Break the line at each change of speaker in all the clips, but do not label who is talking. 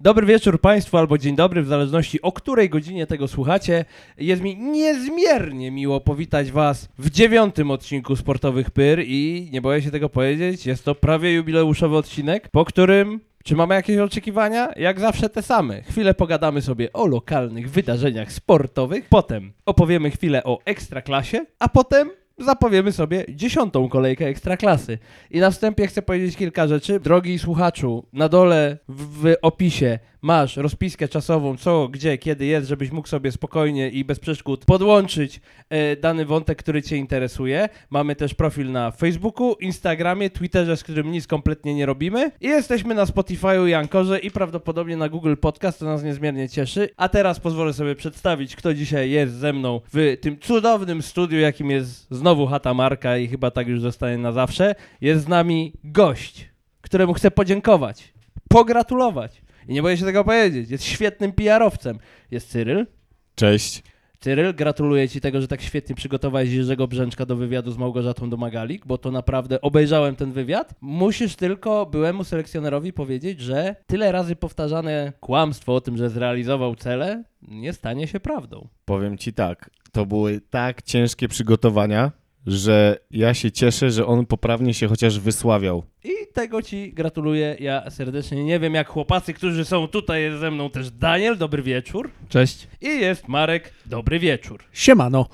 Dobry wieczór Państwu albo dzień dobry, w zależności o której godzinie tego słuchacie. Jest mi niezmiernie miło powitać Was w dziewiątym odcinku Sportowych Pyr i nie boję się tego powiedzieć, jest to prawie jubileuszowy odcinek, po którym... Czy mamy jakieś oczekiwania? Jak zawsze te same. Chwilę pogadamy sobie o lokalnych wydarzeniach sportowych, potem opowiemy chwilę o ekstraklasie, a potem zapowiemy sobie dziesiątą kolejkę ekstraklasy. I na wstępie chcę powiedzieć kilka rzeczy. Drogi słuchaczu, na dole w w opisie masz rozpiskę czasową, co, gdzie, kiedy jest, żebyś mógł sobie spokojnie i bez przeszkód podłączyć e, dany wątek, który Cię interesuje. Mamy też profil na Facebooku, Instagramie, Twitterze, z którym nic kompletnie nie robimy. I jesteśmy na Spotify'u i Ankorze i prawdopodobnie na Google Podcast, to nas niezmiernie cieszy. A teraz pozwolę sobie przedstawić, kto dzisiaj jest ze mną w tym cudownym studiu, jakim jest znowu Chata Marka i chyba tak już zostanie na zawsze. Jest z nami gość, któremu chcę podziękować, pogratulować. I nie boję się tego powiedzieć, jest świetnym PR-owcem. Jest Cyryl.
Cześć.
Cyryl, gratuluję Ci tego, że tak świetnie przygotowałeś Jerzego Brzęczka do wywiadu z Małgorzatą Domagalik, bo to naprawdę obejrzałem ten wywiad. Musisz tylko byłemu selekcjonerowi powiedzieć, że tyle razy powtarzane kłamstwo o tym, że zrealizował cele, nie stanie się prawdą.
Powiem ci tak, to były tak ciężkie przygotowania, że ja się cieszę, że on poprawnie się chociaż wysławiał.
I tego Ci gratuluję ja serdecznie. Nie wiem jak chłopacy, którzy są tutaj, jest ze mną też Daniel, dobry wieczór.
Cześć.
I jest Marek, dobry wieczór.
Siemano.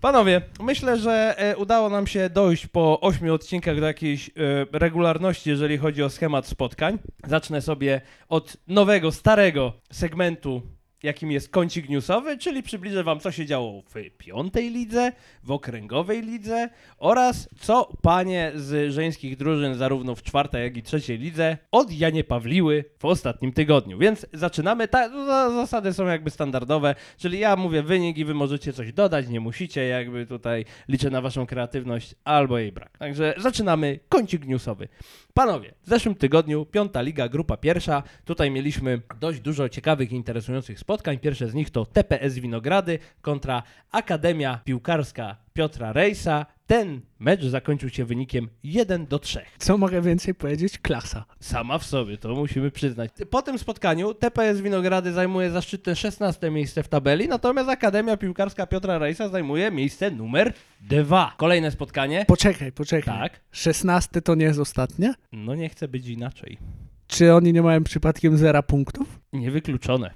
Panowie, myślę, że e, udało nam się dojść po ośmiu odcinkach do jakiejś e, regularności, jeżeli chodzi o schemat spotkań. Zacznę sobie od nowego, starego segmentu, jakim jest kącik newsowy, czyli przybliżę wam, co się działo w piątej lidze, w okręgowej lidze oraz co panie z żeńskich drużyn, zarówno w czwartej, jak i trzeciej lidze, od Janie Pawliły w ostatnim tygodniu. Więc zaczynamy. Ta, za- zasady są jakby standardowe, czyli ja mówię wynik i wy możecie coś dodać, nie musicie, jakby tutaj liczę na waszą kreatywność albo jej brak. Także zaczynamy kącik newsowy. Panowie, w zeszłym tygodniu piąta liga, grupa pierwsza. Tutaj mieliśmy dość dużo ciekawych i interesujących spotkań. Pierwsze z nich to TPS Winogrady kontra Akademia Piłkarska Piotra Rejsa. Ten mecz zakończył się wynikiem 1 do 3.
Co mogę więcej powiedzieć? Klasa.
Sama w sobie, to musimy przyznać. Po tym spotkaniu TPS Winogrady zajmuje zaszczytne 16 miejsce w tabeli, natomiast Akademia Piłkarska Piotra Rejsa zajmuje miejsce numer 2. Kolejne spotkanie.
Poczekaj, poczekaj.
Tak.
16 to nie jest ostatnie?
No nie chce być inaczej.
Czy oni nie mają przypadkiem zera punktów?
Niewykluczone.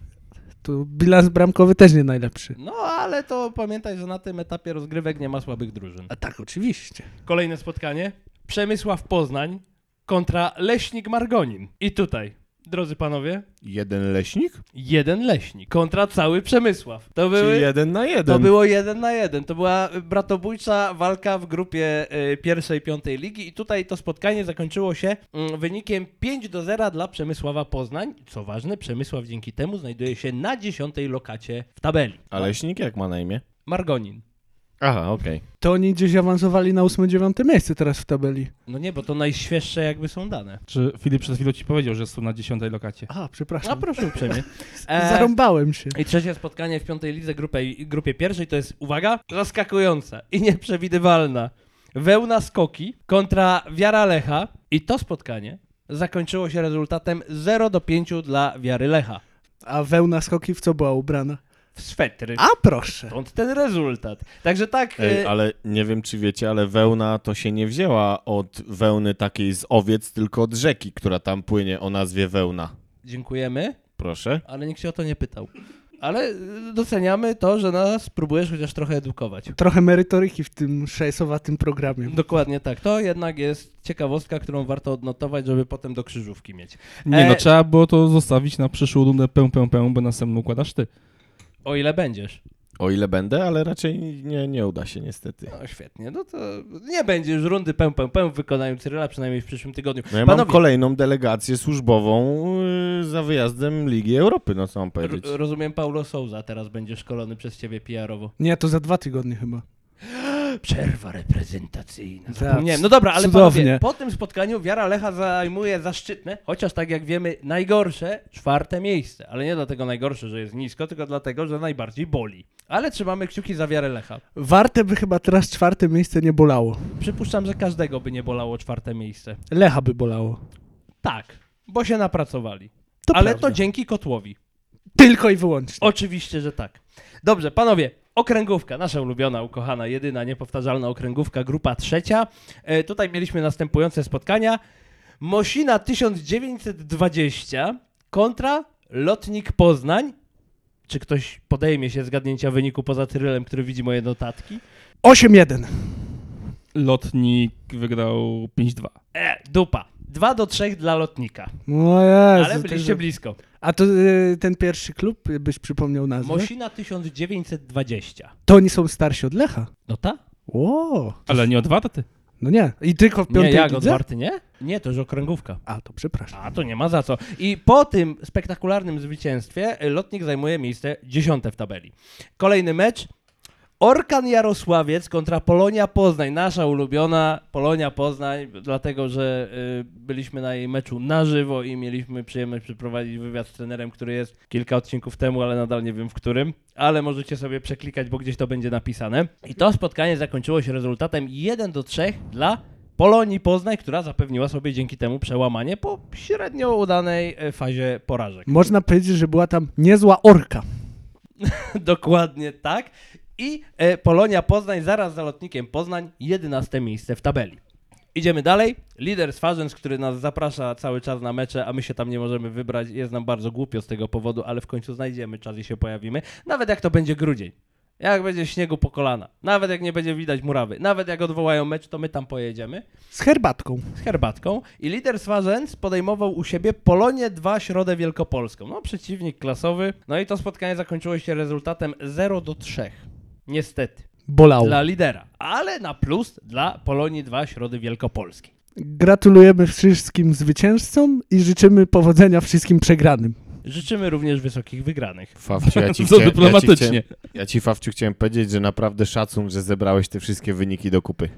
Tu bilans bramkowy też nie najlepszy.
No ale to pamiętaj, że na tym etapie rozgrywek nie ma słabych drużyn.
A tak, oczywiście.
Kolejne spotkanie. Przemysław Poznań kontra Leśnik Margonin. I tutaj, drodzy panowie,
Jeden leśnik?
jeden Leśnik kontra cały Przemysław. To były...
Czy jeden na jeden?
To było jeden na jeden. To była y, bratobójcza walka w grupie y, pierwszej, piątej ligi i tutaj to spotkanie zakończyło się mm, wynikiem 5 do 0 dla Przemysława Poznań. Co ważne, Przemysław dzięki temu znajduje się na dziesiątej lokacie w tabeli.
A leśnik jak ma na imię?
Margonin.
Aha, okej.
To oni gdzieś awansowali na 8-9 miejsce teraz w tabeli.
No nie, bo to najświeższe jakby są dane.
Czy Filip przed chwilą ci powiedział, że są na dziesiątej lokacie?
A,
A
przepraszam.
proszę uprzejmie. E,
Zarąbałem się.
I trzecie spotkanie w piątej lidze grupie, grupie pierwszej to jest, uwaga, zaskakująca i nieprzewidywalna. Wełna skoki kontra Wiara Lecha i to spotkanie zakończyło się rezultatem 0 do 5 dla Wiary Lecha.
A wełna skoki w co była ubrana?
W swetry.
A proszę.
Stąd ten rezultat. Także tak,
Ej,
e,
ale nie wiem, czy wiecie, ale wełna to się nie wzięła od wełny takiej z owiec, tylko od rzeki, która tam płynie o nazwie wełna.
dziękujemy,
Proszę.
ale nikt się o to nie pytał. Ale e, doceniamy to, że nas próbujesz chociaż trochę edukować.
Trochę merytoryki w tym szajsowatym programie.
Dokładnie tak. To jednak jest ciekawostka, którą warto odnotować, żeby potem do krzyżówki mieć.
Nie,
E,
no trzeba było to zostawić na przyszłą rundę pę, pę, pę, bo następną układasz ty.
O ile będziesz.
O ile będę, ale raczej nie, nie uda się niestety.
No świetnie, no to nie będzie już rundy pę, pę, pę w wykonaniu Cyryla, przynajmniej w przyszłym tygodniu.
No ja mam
Panowie,
kolejną delegację służbową yy, za wyjazdem Ligi Europy, no co mam
r-
powiedzieć.
rozumiem, Paulo Souza teraz będzie szkolony przez ciebie PR-owo.
Nie, to za dwa tygodnie chyba.
Przerwa reprezentacyjna.
Tak,
Zapomniałem. No dobra, ale
cudownie.
panowie, po tym spotkaniu Wiara Lecha zajmuje zaszczytne, chociaż tak jak wiemy, najgorsze czwarte miejsce. Ale nie dlatego najgorsze, że jest nisko, tylko dlatego, że najbardziej boli. Ale trzymamy kciuki za Wiarę Lecha.
Warte by chyba teraz czwarte miejsce nie bolało.
Przypuszczam, że każdego by nie bolało czwarte miejsce.
Lecha by bolało.
Tak, bo się napracowali.
To
ale
prawda.
to dzięki kotłowi.
Tylko i wyłącznie.
Oczywiście, że tak. Dobrze, panowie, okręgówka, nasza ulubiona, ukochana, jedyna, niepowtarzalna okręgówka, grupa trzecia. E, tutaj mieliśmy następujące spotkania. Mosina 1920 kontra Lotnik Poznań. Czy ktoś podejmie się zgadnięcia wyniku poza Tyrylem, który widzi moje notatki?
8-1.
Lotnik wygrał 5-2.
E, dupa. 2 do 3 dla Lotnika.
No Jezu,
Ale byliście
to-
blisko.
A to y, ten pierwszy klub, y, byś przypomniał nazwę?
Mosina 1920.
To oni są starsi od Lecha.
No ta?
O,
Ale nie o dwa daty.
no nie. I tylko w
Nie,
piątej
jak
lidze?
otwarty, nie? Nie, to już okręgówka.
A, to przepraszam.
A to nie ma za co. I po tym spektakularnym zwycięstwie y, lotnik zajmuje miejsce dziesiąte w tabeli. Kolejny mecz. Orkan Jarosławiec kontra Polonia Poznań. Nasza ulubiona Polonia Poznań, dlatego że y, byliśmy na jej meczu na żywo i mieliśmy przyjemność przeprowadzić wywiad z trenerem, który jest kilka odcinków temu, ale nadal nie wiem w którym. Ale możecie sobie przeklikać, bo gdzieś to będzie napisane. I to spotkanie zakończyło się rezultatem 1 do 3 dla Polonii Poznań, która zapewniła sobie dzięki temu przełamanie po średnio udanej e, fazie porażek.
Można powiedzieć, że była tam niezła orka.
Dokładnie tak. I e, Polonia Poznań zaraz za lotnikiem Poznań, 11 miejsce w tabeli. Idziemy dalej. Lider Swarzędz, który nas zaprasza cały czas na mecze, a my się tam nie możemy wybrać. Jest nam bardzo głupio z tego powodu, ale w końcu znajdziemy czas i się pojawimy. Nawet jak to będzie grudzień. Jak będzie śniegu po kolana. Nawet jak nie będzie widać murawy. Nawet jak odwołają mecz, to my tam pojedziemy.
Z herbatką.
z herbatką i lider Swarzędz podejmował u siebie Polonię 2 Środę Wielkopolską. No, przeciwnik klasowy. No i to spotkanie zakończyło się rezultatem 0 do 3. Niestety.
Bolało.
Dla lidera. Ale na plus dla Polonii 2 Środy Wielkopolskiej.
Gratulujemy wszystkim zwycięzcom i życzymy powodzenia wszystkim przegranym.
Życzymy również wysokich wygranych.
Fawciu, ja ci,
Co
chcia- Ja ci,
dyplomatycznie.
chciałem, ja ci Fawciu chciałem powiedzieć, że naprawdę szacun, że zebrałeś te wszystkie wyniki do kupy.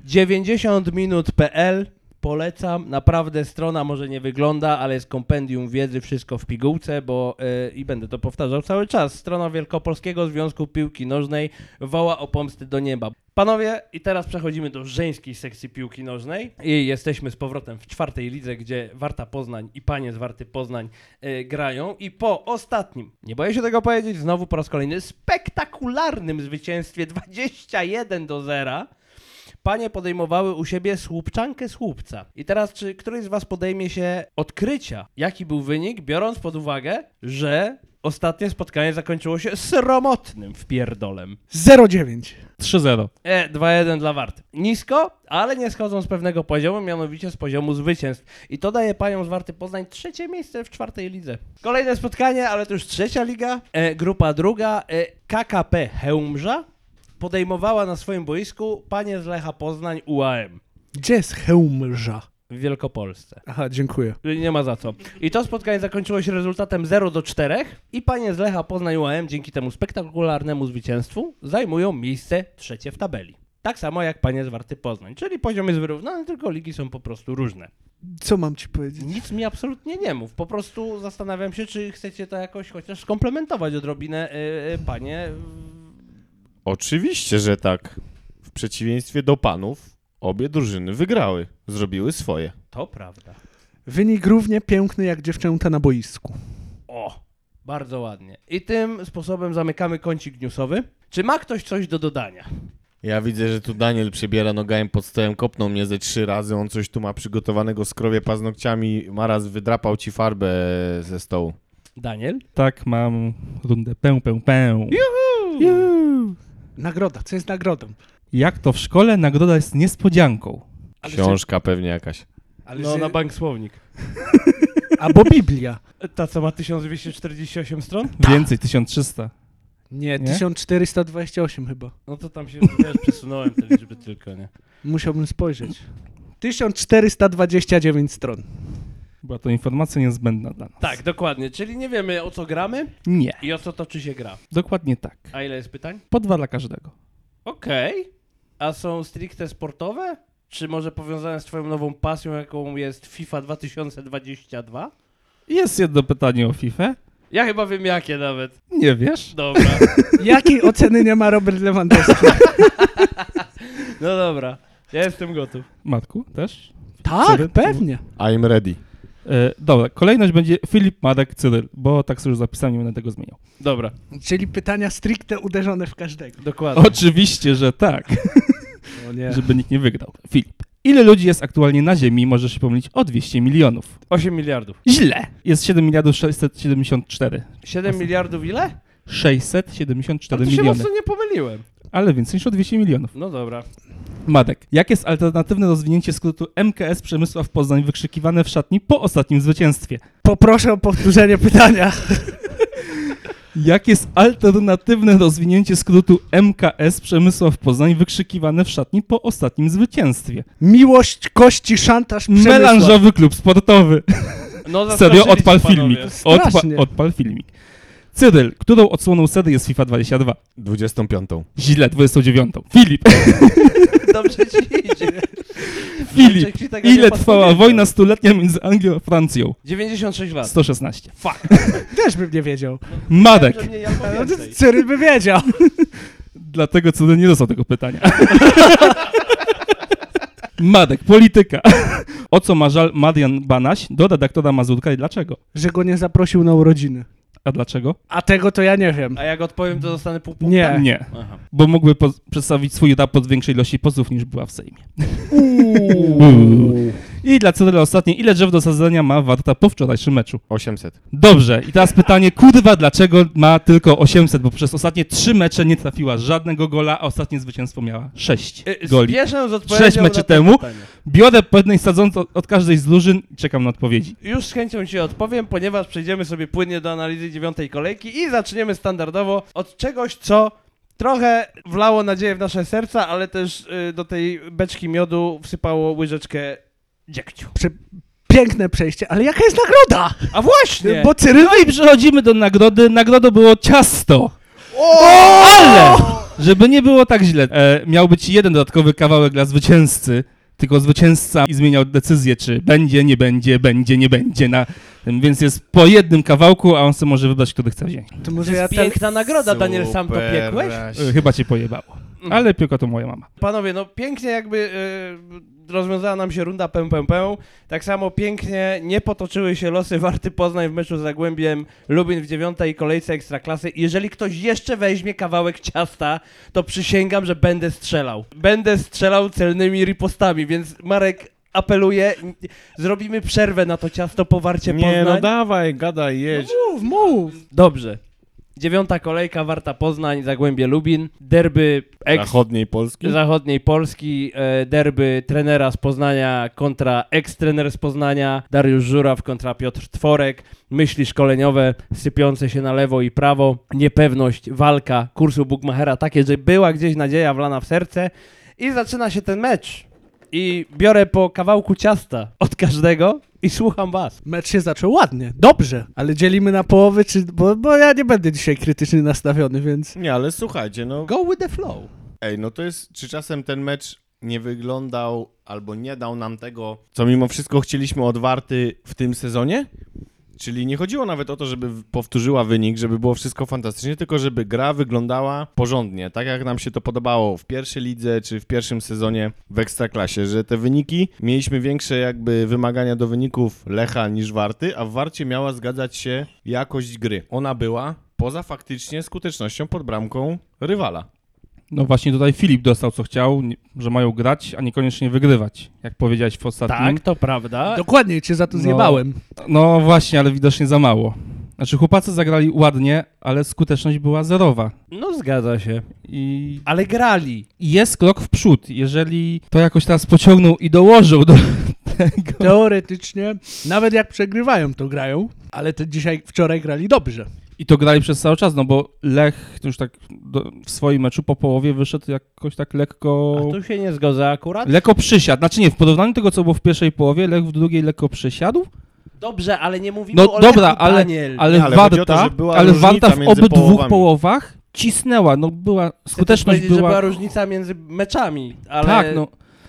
90minut.pl Polecam, naprawdę strona może nie wygląda, ale jest kompendium wiedzy, wszystko w pigułce, bo e, i będę to powtarzał cały czas. Strona Wielkopolskiego Związku Piłki Nożnej woła o pomsty do nieba. Panowie, i teraz przechodzimy do żeńskiej sekcji piłki nożnej. I jesteśmy z powrotem w czwartej lidze, gdzie Warta Poznań i panie z Warty Poznań e, grają. I po ostatnim, nie boję się tego powiedzieć, znowu po raz kolejny spektakularnym zwycięstwie 21 do 0 panie podejmowały u siebie słupczankę słupca. I teraz, czy któryś z was podejmie się odkrycia, jaki był wynik, biorąc pod uwagę, że ostatnie spotkanie zakończyło się sromotnym wpierdolem.
0-9.
3-0.
E, 2-1 dla Warty. Nisko, ale nie schodzą z pewnego poziomu, mianowicie z poziomu zwycięstw. I to daje panią z Warty Poznań trzecie miejsce w czwartej lidze. Kolejne spotkanie, ale to już trzecia liga. E, grupa druga, e, KKP Chełmża podejmowała na swoim boisku panie z Lecha Poznań UAM
Gdzie jest hełmrza?
w Wielkopolsce.
Aha, dziękuję.
Nie ma za co. I to spotkanie zakończyło się rezultatem 0 do 4 i panie z Lecha Poznań UAM dzięki temu spektakularnemu zwycięstwu zajmują miejsce trzecie w tabeli. Tak samo jak panie z Warty Poznań, czyli poziom jest wyrównany, tylko ligi są po prostu różne.
Co mam ci powiedzieć?
Nic mi absolutnie nie mów, po prostu zastanawiam się, czy chcecie to jakoś chociaż skomplementować odrobinę, y, y, panie...
Oczywiście, że tak. W przeciwieństwie do panów, obie drużyny wygrały. Zrobiły swoje.
To prawda.
Wynik równie piękny jak dziewczęta na boisku.
O, bardzo ładnie. I tym sposobem zamykamy kącik newsowy. Czy ma ktoś coś do dodania?
Ja widzę, że tu Daniel przybiera nogami pod stołem, kopnął mnie ze trzy razy, on coś tu ma przygotowanego, skrowie paznokciami, maraz wydrapał ci farbę ze stołu.
Daniel?
Tak, mam rundę pę, pę, pę.
Nagroda, co jest nagrodą?
Jak to w szkole, nagroda jest niespodzianką.
Ale
Książka pewnie jakaś.
Ale
no,
że-
na bank słownik.
Albo Biblia.
Ta, co ma 1248 stron?
Tak.
Więcej, 1300.
Nie,
Nie?
1428 chyba.
No to tam się wiesz, przesunąłem te liczby tylko, nie?
Musiałbym spojrzeć. 1429 stron.
Była to informacja niezbędna dla nas.
Tak, dokładnie. Czyli nie wiemy o co gramy
Nie.
i o co toczy się gra.
Dokładnie tak.
A ile jest pytań?
Po dwa dla każdego.
Okej. A są stricte sportowe? Czy może powiązane z twoją nową pasją, jaką jest FIFA 2022?
Jest jedno pytanie o FIFA.
Ja chyba wiem jakie nawet.
Nie wiesz?
Dobra.
Jakiej oceny nie ma Robert Lewandowski?
No dobra. Ja jestem gotów.
Matku, też?
tak,
Cztery?
pewnie.
I'm ready.
E, dobra, kolejność będzie Filip, Marek, Cyryl, bo tak sobie już zapisałem, nie będę tego zmieniał.
Dobra,
Czyli pytania stricte uderzone w każdego.
dokładnie.
Oczywiście, że tak,
O nie.
żeby nikt nie wygrał. Filip. Ile ludzi jest aktualnie na Ziemi? Możesz się pomylić o 200 milionów.
8 miliardów.
Źle. Jest 7 miliardów 674.
7 miliardów ile?
674
Ale to się
miliony.
mocno nie pomyliłem.
Ale więcej niż o 200 milionów.
No dobra.
Madek. Jak jest alternatywne rozwinięcie skrótu MKS Przemysław Poznań wykrzykiwane w szatni po ostatnim zwycięstwie?
Poproszę o powtórzenie pytania.
Jak jest alternatywne rozwinięcie skrótu MKS Przemysław Poznań wykrzykiwane w szatni po ostatnim zwycięstwie?
Miłość, kości, szantaż, przemysław.
Melanżowy klub sportowy.
No,
Serio,
zastraszyliście
odpal
panowie. Znaczy,
filmik. Odpa
Strasznie.
odpal filmik. Cyryl, którą odsłoną sedy jest FIFA 22?
25.
Źle, 29. Filip,
Dobrze ci idzie.
Filip,
Maciek ci tego nie
ile trwała
podpowiedział.
wojna stuletnia między Anglią a Francją?
96 lat.
116.
Też bym nie wiedział.
Madek.
Że mniej albo
No,
więcej.
Cyryl by wiedział.
Dlatego co nie dostał tego pytania. Madek, polityka. O co ma żal Marian Banaś do redaktora Mazurka i dlaczego?
Że go nie zaprosił na urodziny.
A dlaczego?
A tego to ja nie wiem.
A jak odpowiem, to dostanę pół punkta.
Nie.
Nie,
Aha.
bo mógłby po- przedstawić swój raport większej ilości posłów niż była w Sejmie. I dla Cyryla ostatnie, ile drzew do sadzenia ma Warta po wczorajszym meczu?
800.
Dobrze, i teraz pytanie, kurwa, dlaczego ma tylko 800, bo przez ostatnie trzy mecze nie trafiła żadnego gola, a ostatnie zwycięstwo miała sześć
Y,
goli.
Spieszę z odpowiedzią
Sześć
na tak.
meczy
to
temu.
pytanie.
Biorę pewnej sadząc od, od każdej z drużyn i czekam na odpowiedzi.
Już z chęcią ci odpowiem, ponieważ przejdziemy sobie płynnie do analizy dziewiątej kolejki i zaczniemy standardowo od czegoś, co trochę wlało nadzieję w nasze serca, ale też y, do tej beczki miodu wsypało łyżeczkę dziegciu.
Prze- piękne przejście, ale jaka jest nagroda?
A właśnie!
Bo Cyryl...
No i przechodzimy do nagrody. Nagrodą było ciasto. Ale, żeby nie było tak źle, e, miał być jeden dodatkowy kawałek dla zwycięzcy, tylko zwycięzca i zmieniał decyzję, czy będzie, nie będzie, będzie, nie będzie. Na tym. Więc jest po jednym kawałku, a on sobie może wybrać, który chce wziąć.
To może
To
ja tak-
jest
ten...
piękna nagroda, Daniel, sam to
Super,
piekłeś?
raś.
E, chyba cię pojebało. Ale piłka to moja mama.
Panowie, no pięknie jakby y, rozwiązała nam się runda pę, pę, pę. Tak samo pięknie nie potoczyły się losy Warty Poznań w meczu z Zagłębiem Lubin w dziewiątej kolejce Ekstraklasy. Jeżeli ktoś jeszcze weźmie kawałek ciasta, to przysięgam, że będę strzelał. Będę strzelał celnymi ripostami, więc Marek apeluję, n- zrobimy przerwę na to ciasto po Warcie
Nie,
Poznań.
no dawaj, gadaj, jedź.
Mów, mów.
Dobrze. Dziewiąta kolejka, Warta Poznań, Zagłębie Lubin, derby eks
Zachodniej Polski.
zachodniej Polski, e, derby trenera z Poznania kontra ekstrener z Poznania, Dariusz Żuraw kontra Piotr Tworek, myśli szkoleniowe sypiące się na lewo i prawo, niepewność, walka kursu Bugmachera, takie, że była gdzieś nadzieja wlana w serce i zaczyna się ten mecz i biorę po kawałku ciasta od każdego i słucham was.
Mecz się zaczął ładnie, dobrze, ale dzielimy na połowy, czy... bo, bo ja nie będę dzisiaj krytycznie nastawiony, więc...
Nie, ale słuchajcie, no
Go with the flow.
Ej, no to jest, czy czasem ten mecz nie wyglądał albo nie dał nam tego, co mimo wszystko chcieliśmy od Warty w tym sezonie? Czyli nie chodziło nawet o to, żeby w- powtórzyła wynik, żeby było wszystko fantastycznie, tylko żeby gra wyglądała porządnie, tak jak nam się to podobało w pierwszej lidze czy w pierwszym sezonie w Ekstraklasie, że te wyniki mieliśmy większe jakby wymagania do wyników Lecha niż Warty, a w Warcie miała zgadzać się jakość gry. Ona była poza faktycznie skutecznością pod bramką rywala.
No właśnie tutaj Filip dostał, co chciał, nie, że mają grać, a niekoniecznie wygrywać, jak powiedziałeś w ostatnim.
Tak, to prawda.
Dokładnie cię za to
No.
zjebałem.
No właśnie, ale widocznie za mało. Znaczy chłopacy zagrali ładnie, ale skuteczność była zerowa.
No zgadza się.
I
Ale grali.
jest krok w przód. Jeżeli to jakoś teraz pociągnął i dołożył do tego.
Teoretycznie, nawet jak przegrywają, to grają, ale to dzisiaj, wczoraj grali dobrze.
I to grali przez cały czas, no bo Lech już tak do, w swoim meczu po połowie wyszedł jakoś tak lekko.
A tu się nie zgodzę akurat.
Lekko przysiadł. Znaczy nie, w porównaniu do tego, co było w pierwszej połowie, Lech w drugiej lekko przysiadł.
Dobrze, ale nie mówimy
No
o
dobra,
Lechu,
ale,
Daniel.
ale,
Ale chodzi o to,
Warta,
że była
ale
różnica
Warta w
między
obydwu
połowami.
połowach cisnęła. No była,
Chcę też
skuteczność
powiedzieć, że
była...
była różnica między meczami, ale
Tak, no.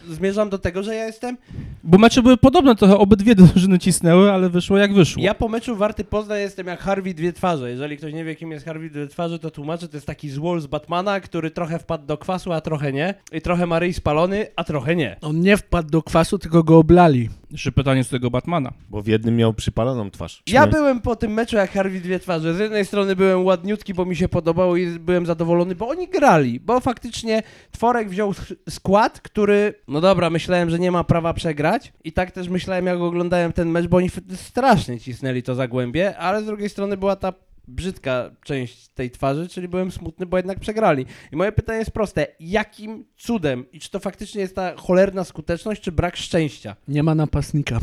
zmierzam do tego, że ja jestem.
Bo mecze były podobne trochę, obydwie drużyny cisnęły, ale wyszło jak wyszło.
Ja po meczu Warty Poznań jestem jak Harvey Dwie Twarze. Jeżeli ktoś nie wie, kim jest Harvey Dwie Twarze, to tłumaczę, to jest taki złol z Batmana, który trochę wpadł do kwasu, a trochę nie. I trochę Maryi spalony, a trochę nie.
On nie wpadł do kwasu, tylko go oblali.
Jeszcze pytanie z tego Batmana.
Bo w jednym miał przypaloną twarz.
Ja byłem po tym meczu jak Harvey Dwie Twarze. Z jednej strony byłem ładniutki, bo mi się podobało i byłem zadowolony, bo oni grali. Bo faktycznie Tworek wziął s- skład, który, no dobra, myślałem, że nie ma prawa przegrać. I tak też myślałem, jak oglądałem ten mecz, bo oni f- strasznie cisnęli to zagłębie, ale z drugiej strony była ta brzydka część tej twarzy, czyli byłem smutny, bo jednak przegrali. I moje pytanie jest proste. Jakim cudem i czy to faktycznie jest ta cholerna skuteczność, czy brak szczęścia?
Nie ma napastnika.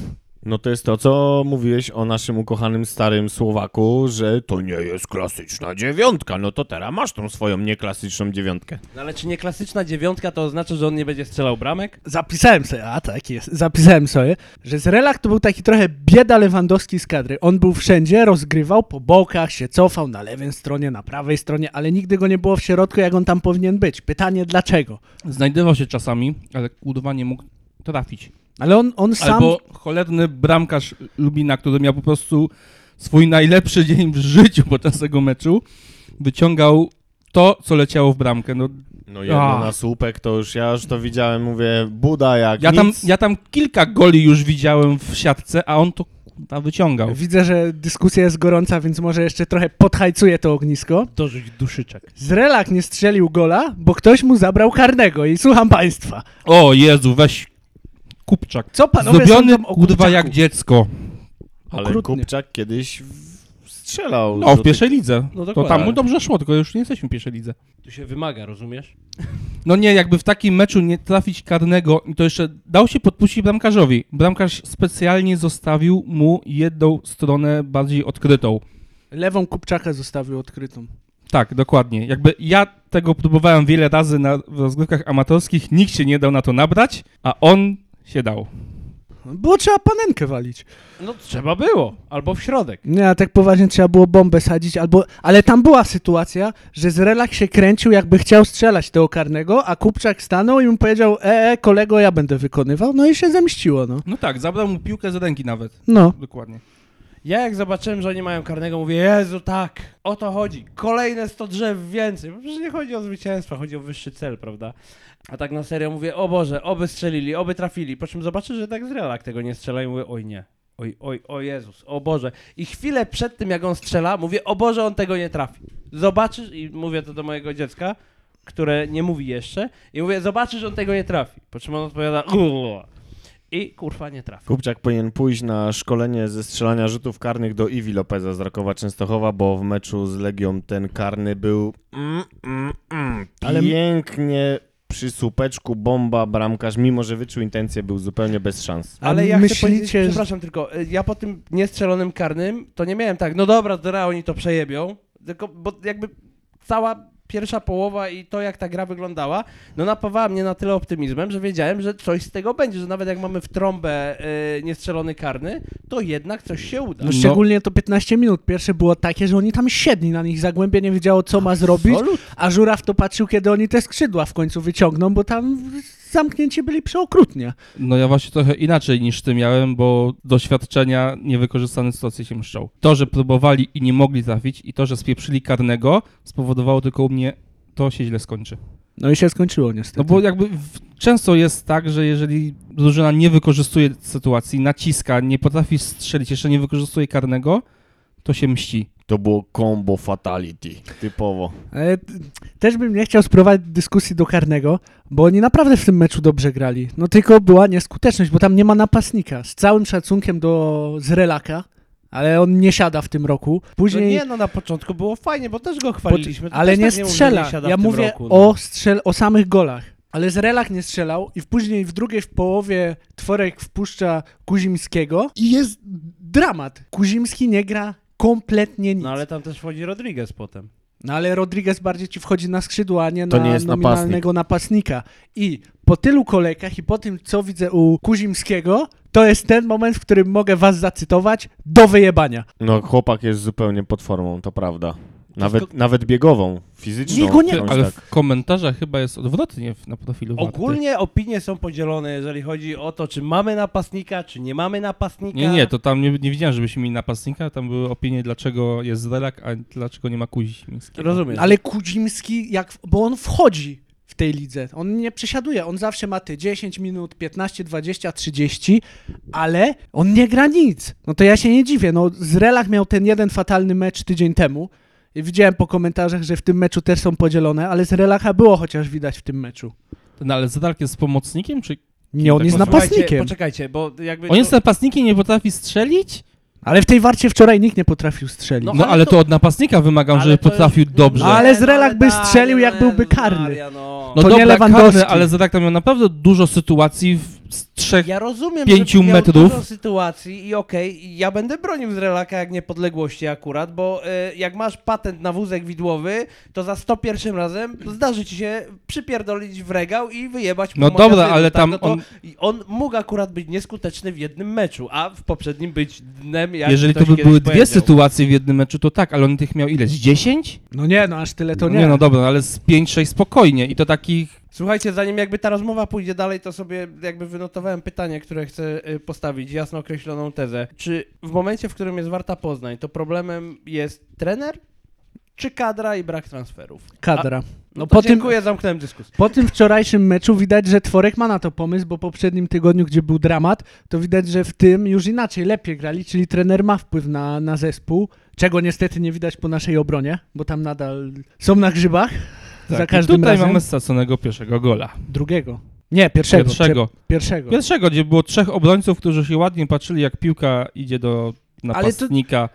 No to jest to, co mówiłeś o naszym ukochanym starym Słowaku, że to nie jest klasyczna dziewiątka. No to teraz masz tą swoją nieklasyczną dziewiątkę.
No ale czy nie klasyczna dziewiątka to oznacza, że on nie będzie strzelał bramek?
Zapisałem sobie, a tak jest, zapisałem sobie, że z Relach to był taki trochę bieda Lewandowski z kadry. On był wszędzie, rozgrywał po bokach, się cofał na lewej stronie, na prawej stronie, ale nigdy go nie było w środku, jak on tam powinien być. Pytanie dlaczego?
Znajdował się czasami, ale kurwa nie mógł trafić.
Ale on, on sam...
Albo cholerny bramkarz Lubina, który miał po prostu swój najlepszy dzień w życiu podczas tego meczu, wyciągał to, co leciało w bramkę. No,
No jedno
A.
na słupek, to już ja już to widziałem, mówię, Buda jak
ja, tam,
nic.
ja tam kilka goli już widziałem w siatce, a on to kurwa, wyciągał.
Widzę, że dyskusja jest gorąca, więc może jeszcze trochę podhajcuję to ognisko.
Dożyć duszyczek.
Zrelak nie strzelił gola, bo ktoś mu zabrał karnego i słucham państwa.
O Jezu, weź Kupczak.
Co panowie
Zrobiony
sądzą o
kurwa
Kupczaku?
jak dziecko.
Ale
okrutnie.
Kupczak kiedyś w- strzelał.
No,
do
w pierwszej lidze.
No
to tam
dokładnie.
mu dobrze szło, tylko już nie jesteśmy w pierwszej lidze.
Tu się wymaga, rozumiesz?
No nie, jakby w takim meczu nie trafić karnego, i to jeszcze dał się podpuścić bramkarzowi. Bramkarz specjalnie zostawił mu jedną stronę bardziej odkrytą.
Lewą Kupczaka zostawił odkrytą.
Tak, dokładnie. Jakby ja tego próbowałem wiele razy na w rozgrywkach amatorskich, nikt się nie dał na to nabrać, a on się dał.
Było trzeba panenkę walić.
No trzeba było. Albo w środek.
Nie, a tak poważnie trzeba było bombę sadzić, albo... Ale tam była sytuacja, że Zrelak się kręcił, jakby chciał strzelać tego karnego, a Kupczak stanął i mu powiedział, e, e kolego, ja będę wykonywał. No i się zemściło, no.
No tak, zabrał mu piłkę z ręki nawet.
No.
Dokładnie.
Ja jak zobaczyłem, że oni mają karnego, mówię, Jezu, tak, o to chodzi. Kolejne 100 drzew więcej. Bo Przecież nie chodzi o zwycięstwo, chodzi o wyższy cel, prawda? A tak na serio mówię, o Boże, oby strzelili, oby trafili. Po czym zobaczę, że tak z Realak tego nie strzela i mówię, oj nie. Oj, oj, o Jezus, o Boże. I chwilę przed tym, jak on strzela, mówię, o Boże, on tego nie trafi. Zobaczysz, i mówię to do mojego dziecka, które nie mówi jeszcze, i mówię, zobaczysz, on tego nie trafi. Po czym on odpowiada, "Uuu". i kurwa nie trafi.
Kupczak powinien pójść na szkolenie ze strzelania rzutów karnych do Iwi Lopeza z Rakowa Częstochowa, bo w meczu z Legią ten karny był mm, mm, mm,
Ale-
pięknie przy słupeczku, bomba, bramkarz, mimo że wyczuł intencję, był zupełnie bez szans.
A
Ale ja chcę powiedzieć,
myślicie, że-
przepraszam tylko, y, ja po tym niestrzelonym karnym, to nie miałem tak, no dobra, dobra, oni to przejebią, tylko, bo jakby cała pierwsza połowa i to, jak ta gra wyglądała, no napawała mnie na tyle optymizmem, że wiedziałem, że coś z tego będzie, że nawet jak mamy w trąbę y, niestrzelony karny, to jednak coś się uda.
No,
No.
szczególnie to 15 minut. Pierwsze było takie, że oni tam siedli na nich, Zagłębie nie wiedziało, co ma zrobić,
No
a Żuraw to patrzył, kiedy oni te skrzydła w końcu wyciągną, bo tam zamknięci byli przeokrutnie.
No ja właśnie trochę inaczej niż ty miałem, bo doświadczenia niewykorzystane sytuacje się mszczą. To, że próbowali i nie mogli trafić i to, że spieprzyli karnego spowodowało tylko u mnie to się źle skończy.
No i się skończyło niestety.
No bo jakby w, często jest tak, że jeżeli drużyna nie wykorzystuje sytuacji, naciska, nie potrafi strzelić, jeszcze nie wykorzystuje karnego, to się mści.
To było combo fatality, typowo.
Ale t- E, też bym nie chciał sprowadzić dyskusji do karnego, bo oni naprawdę w tym meczu dobrze grali. No tylko była nieskuteczność, bo tam nie ma napastnika. Z całym szacunkiem do Zrelaka, ale on nie siada w tym roku.
No
Później...
nie, no na początku było fajnie, bo też go chwaliliśmy. to
ale
też
nie
tak mówię,
strzela.
siada
ja
w tym
mówię
roku, no.
o, strzel o samych golach. Ale Zrelak nie strzelał i w- później w drugiej w połowie Tworek wpuszcza Kuzimskiego i jest dramat. Kuzimski nie gra kompletnie nic.
No ale tam też wchodzi Rodriguez potem.
No ale Rodriguez bardziej ci wchodzi na skrzydła, a nie
To
na
nie jest
nominalnego napastnika. I po tylu kolejkach i po tym, co widzę u Kuzimskiego, to jest ten moment, w którym mogę was zacytować do wyjebania.
No chłopak jest zupełnie pod formą, to prawda. Nawet, nawet biegową, fizyczną.
Nie, go nie-
jakąś
Ale
tak.
w komentarzach chyba jest odwrotnie w- na profilu Warty.
Ogólnie opinie są podzielone, jeżeli chodzi o to, czy mamy napastnika, czy nie mamy napastnika.
Nie, nie, to tam nie, nie widziałem, żebyśmy mieli napastnika, tam były opinie, dlaczego jest Zrelak, a dlaczego nie ma Kuźmińskiego.
Rozumiem.
Ale Kudzimski, jak, bo on wchodzi w tej lidze. On nie przesiaduje. On zawsze ma te 10 minut, 15, 20, 30, ale on nie gra nic. No to ja się nie dziwię. No, Zrelach miał ten jeden fatalny mecz tydzień temu. I widziałem po komentarzach, że w tym meczu też są podzielone, ale Zrelacha było chociaż widać w tym meczu.
No ale Zrelak jest pomocnikiem, czy...
Nie, on
tak
jest
posłuchajcie,
Słuchajcie,
napastnikiem.
Poczekajcie, bo jakby...
On jest napastnikiem, nie potrafi strzelić?
Ale w tej warcie wczoraj nikt nie potrafił strzelić.
No,
No,
ale
ale,
to-
to... od napastnika wymagam,
Ale
żeby
to
potrafił
jest-
dobrze.
No,
Ale
no,
Zrelak by
dalej,
strzelił, jak
no,
byłby
Jezus
karny.
Maria, no.
No
to nie
dobra,
Lewandowski.
karny, ale Zrelak tam miał naprawdę dużo sytuacji w z trzech...
Ja rozumiem,
pięciu
że miał
metrów.
dużo sytuacji i okej, ja będę bronił z relaka jak niepodległości akurat, bo e, jak masz patent na wózek widłowy, to za 101 razem zdarzy ci się przypierdolić w regał i wyjebać mu
No
magazynu,
dobra, ale tam
no to
on-
i on mógł akurat być nieskuteczny w jednym meczu, a w poprzednim być dnem jak
Jeżeli to
ktoś
by
kiedyś
były dwie
powiedział.
sytuacje w jednym meczu, to tak, ale on tych miał ile? Z 10?
No nie, no aż tyle to nie.
no dobra, ale z 5-6 spokojnie i to takich...
Słuchajcie, zanim jakby ta rozmowa pójdzie dalej, to sobie jakby wynotowałem pytanie, które chcę y, postawić, jasno określoną tezę. Czy w momencie, w którym jest Warta Poznań, to problemem jest trener, czy kadra i brak transferów?
Kadra.
No
po
po
tym-
dziękuję, zamknąłem dyskusję.
Po tym wczorajszym meczu widać, że Tworek ma na to pomysł, bo poprzednim tygodniu, gdzie był dramat, to widać, że w tym już inaczej, lepiej grali, czyli trener ma wpływ na, na zespół, czego niestety nie widać po naszej obronie, bo tam nadal są na grzybach za
Tak,
każdym
I tutaj
razem.
mamy straconego pierwszego gola.
Drugiego. Nie, pierwszego.
Pierwszego.
Prze- pierwszego.
Pierwszego, gdzie było trzech obrońców, którzy się ładnie patrzyli, jak piłka idzie do napastnika.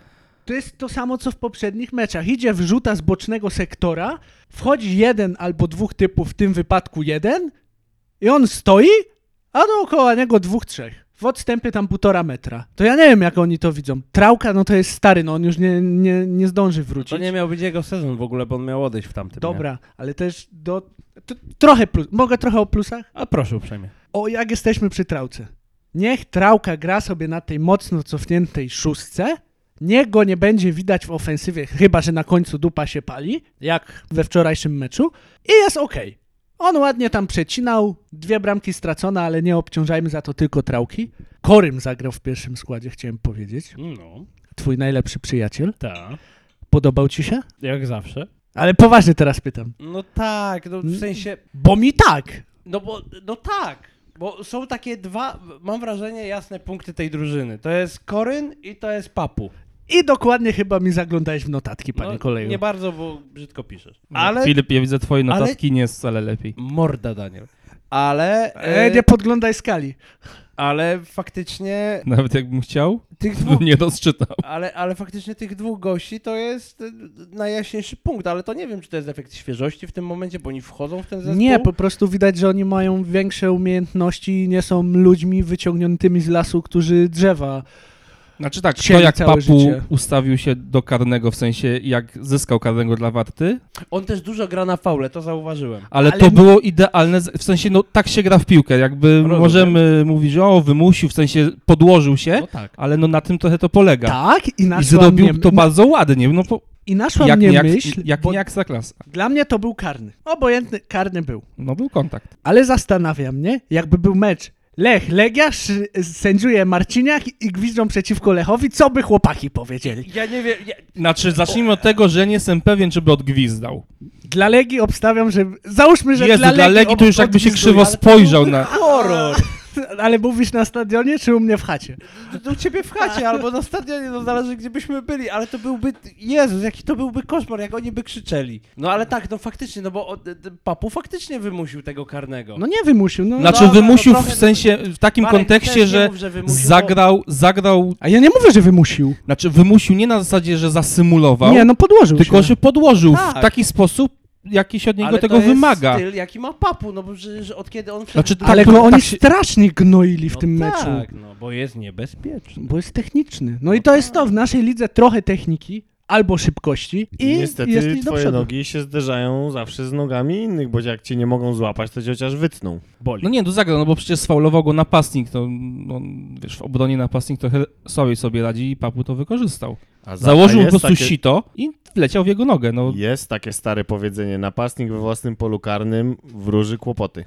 To jest to samo, co w poprzednich meczach. Idzie wrzuta z bocznego sektora, wchodzi jeden albo dwóch typów, w tym wypadku jeden, i on stoi, a dookoła niego dwóch, trzech. W odstępie tam półtora metra. To ja nie wiem, jak oni to widzą. Trauka, no to jest stary, no on już nie, nie, nie zdąży wrócić.
No To nie miał być jego sezon w ogóle, bo on miał odejść w tamtym.
Dobra, ale też do... To, trochę plus. Mogę trochę o plusach?
A proszę uprzejmie.
O, jak jesteśmy przy trauce. Niech trauka gra sobie na tej mocno cofniętej szóstce. Niech go nie będzie widać w ofensywie, chyba że na końcu dupa się pali, jak we wczorajszym meczu. I jest okej. On ładnie tam przecinał, dwie bramki stracone, ale nie obciążajmy za to tylko trauki. Korym zagrał w pierwszym składzie, chciałem powiedzieć.
No,
Twój najlepszy przyjaciel.
tak,
Podobał ci się?
jak zawsze.
Ale poważnie teraz pytam.
No tak, no w
Mm.
sensie,
Bo mi tak!
No bo, no tak, bo są takie dwa, mam wrażenie, jasne punkty tej drużyny. To jest Koryn i to jest Papu.
I dokładnie chyba mi zaglądałeś w notatki, panie
no,
koleju.
Nie bardzo, bo brzydko piszesz. Ale...
Filip, ja widzę twoje
ale-
notatki, nie jest wcale lepiej.
Morda, Daniel. Ale,
E,
e,
nie podglądaj skali.
ale faktycznie
Nawet jakbym chciał,
tych
to
No.
dwóch,
No nie rozczytał.
ale, ale faktycznie tych dwóch gości to jest e, najjaśniejszy punkt, ale to nie wiem, czy to jest efekt świeżości w tym momencie, bo oni wchodzą w ten zespół.
Nie, po prostu widać, że oni mają większe umiejętności i nie są ludźmi wyciągniętymi z lasu, którzy drzewa.
Znaczy tak, to
Chcieli
jak
całe
Papu
życie.
ustawił się do karnego, w sensie jak zyskał karnego dla Warty,
On też dużo gra na faule, to zauważyłem.
ale,
Ale
to
nie-
było idealne, z- w sensie no tak się gra w piłkę, jakby
Rozumiem.
możemy mówić, że o wymusił, w sensie podłożył się,
No tak.
ale no na tym trochę to polega.
Tak, i
I
naszła
zrobił
mnie,
to bardzo ładnie, no po,
i naszła
jak,
mnie
nie jak,
myśl,
jak,
bo
nie jak za klasa.
dla mnie to był karny. Obojętny, karny był.
No był kontakt.
Ale zastanawia mnie, jakby był mecz Lech, Legia, szy- sędziuje Marciniak i gwizdzą przeciwko Lechowi, co by chłopaki powiedzieli?
Ja nie wiem, ja,
Znaczy, zacznijmy od tego, że nie jestem pewien, czy by odgwizdał.
Dla Legii obstawiam, że... Załóżmy, że
Jezu,
dla Legii,
dla Legii to
ob-
już jakby się
odgwizduje,
krzywo
ale-
spojrzał na...
horror!
Ale mówisz na stadionie, czy u mnie w chacie?
To U ciebie w chacie albo na stadionie, no zależy gdzie byśmy byli, ale to byłby, Jezus, jaki to byłby koszmar, jak oni by krzyczeli. No ale tak, no faktycznie, no bo o, d- d- Papu faktycznie wymusił tego karnego.
No nie wymusił, no...
Znaczy,
dobra,
wymusił
to
w
trochę-
sensie, w takim
Marek, też
kontekście,
nie
że
mów, wymusił, bo-
zagrał, zagrał,
A ja nie mówię, że wymusił.
znaczy wymusił nie na zasadzie, że zasymulował,
Nie, no podłożył
tylko
się.
że podłożył
Tak.
w taki sposób, jaki się od niego
ale
tego
to jest
wymaga.
styl, jaki ma Papu, no bo że, że od kiedy on... wszedł
Znaczy,
do-
tak
Ale
to-
go oni
tak się-
strasznie gnoili w
no
tym
tak,
meczu.
no bo jest niebezpieczny.
Bo jest techniczny. No i to jest to, w naszej lidze trochę techniki, albo szybkości i
Niestety
jesteś do
twoje
przodu.
nogi się zderzają zawsze z nogami innych, bo jak cię nie mogą złapać, to cię chociaż wytną.
Boli.
No nie, to zagra, no bo przecież sfaulował go napastnik, to no, wiesz, w obronie napastnik trochę słabiej sobie radzi i Papu to wykorzystał.
A za-
Założył
a
po
jest
prostu
takie-
sito i wleciał w jego nogę, no.
Jest takie stare powiedzenie, napastnik we własnym polu karnym wróży kłopoty.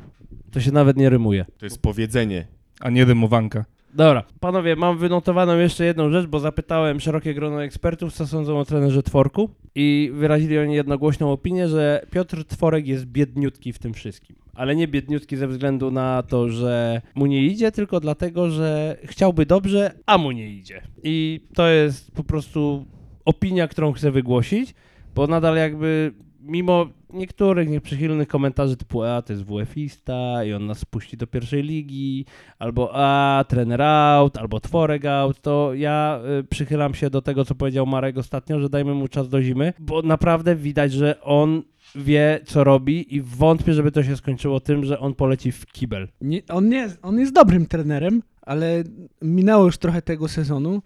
To się nawet nie rymuje.
To jest powiedzenie.
A nie rymowanka.
Dobra, panowie, mam wynotowaną jeszcze jedną rzecz, bo zapytałem szerokie grono ekspertów, co sądzą o trenerze Tworku i wyrazili oni jednogłośną opinię, że Piotr Tworek jest biedniutki w tym wszystkim. Ale nie biedniutki ze względu na to, że mu nie idzie, tylko dlatego, że chciałby dobrze, a mu nie idzie. I to jest po prostu opinia, którą chcę wygłosić, bo nadal jakby mimo niektórych nieprzychylnych komentarzy typu a, to jest WF-ista i on nas spuści do pierwszej ligi, albo a, trener out, albo tworek out, to ja y, przychylam się do tego, co powiedział Marek ostatnio, że dajmy mu czas do zimy, bo naprawdę widać, że on wie, co robi i wątpię, żeby to się skończyło tym, że on poleci w kibel.
Nie, on, nie, on jest dobrym trenerem, ale minęło już trochę tego sezonu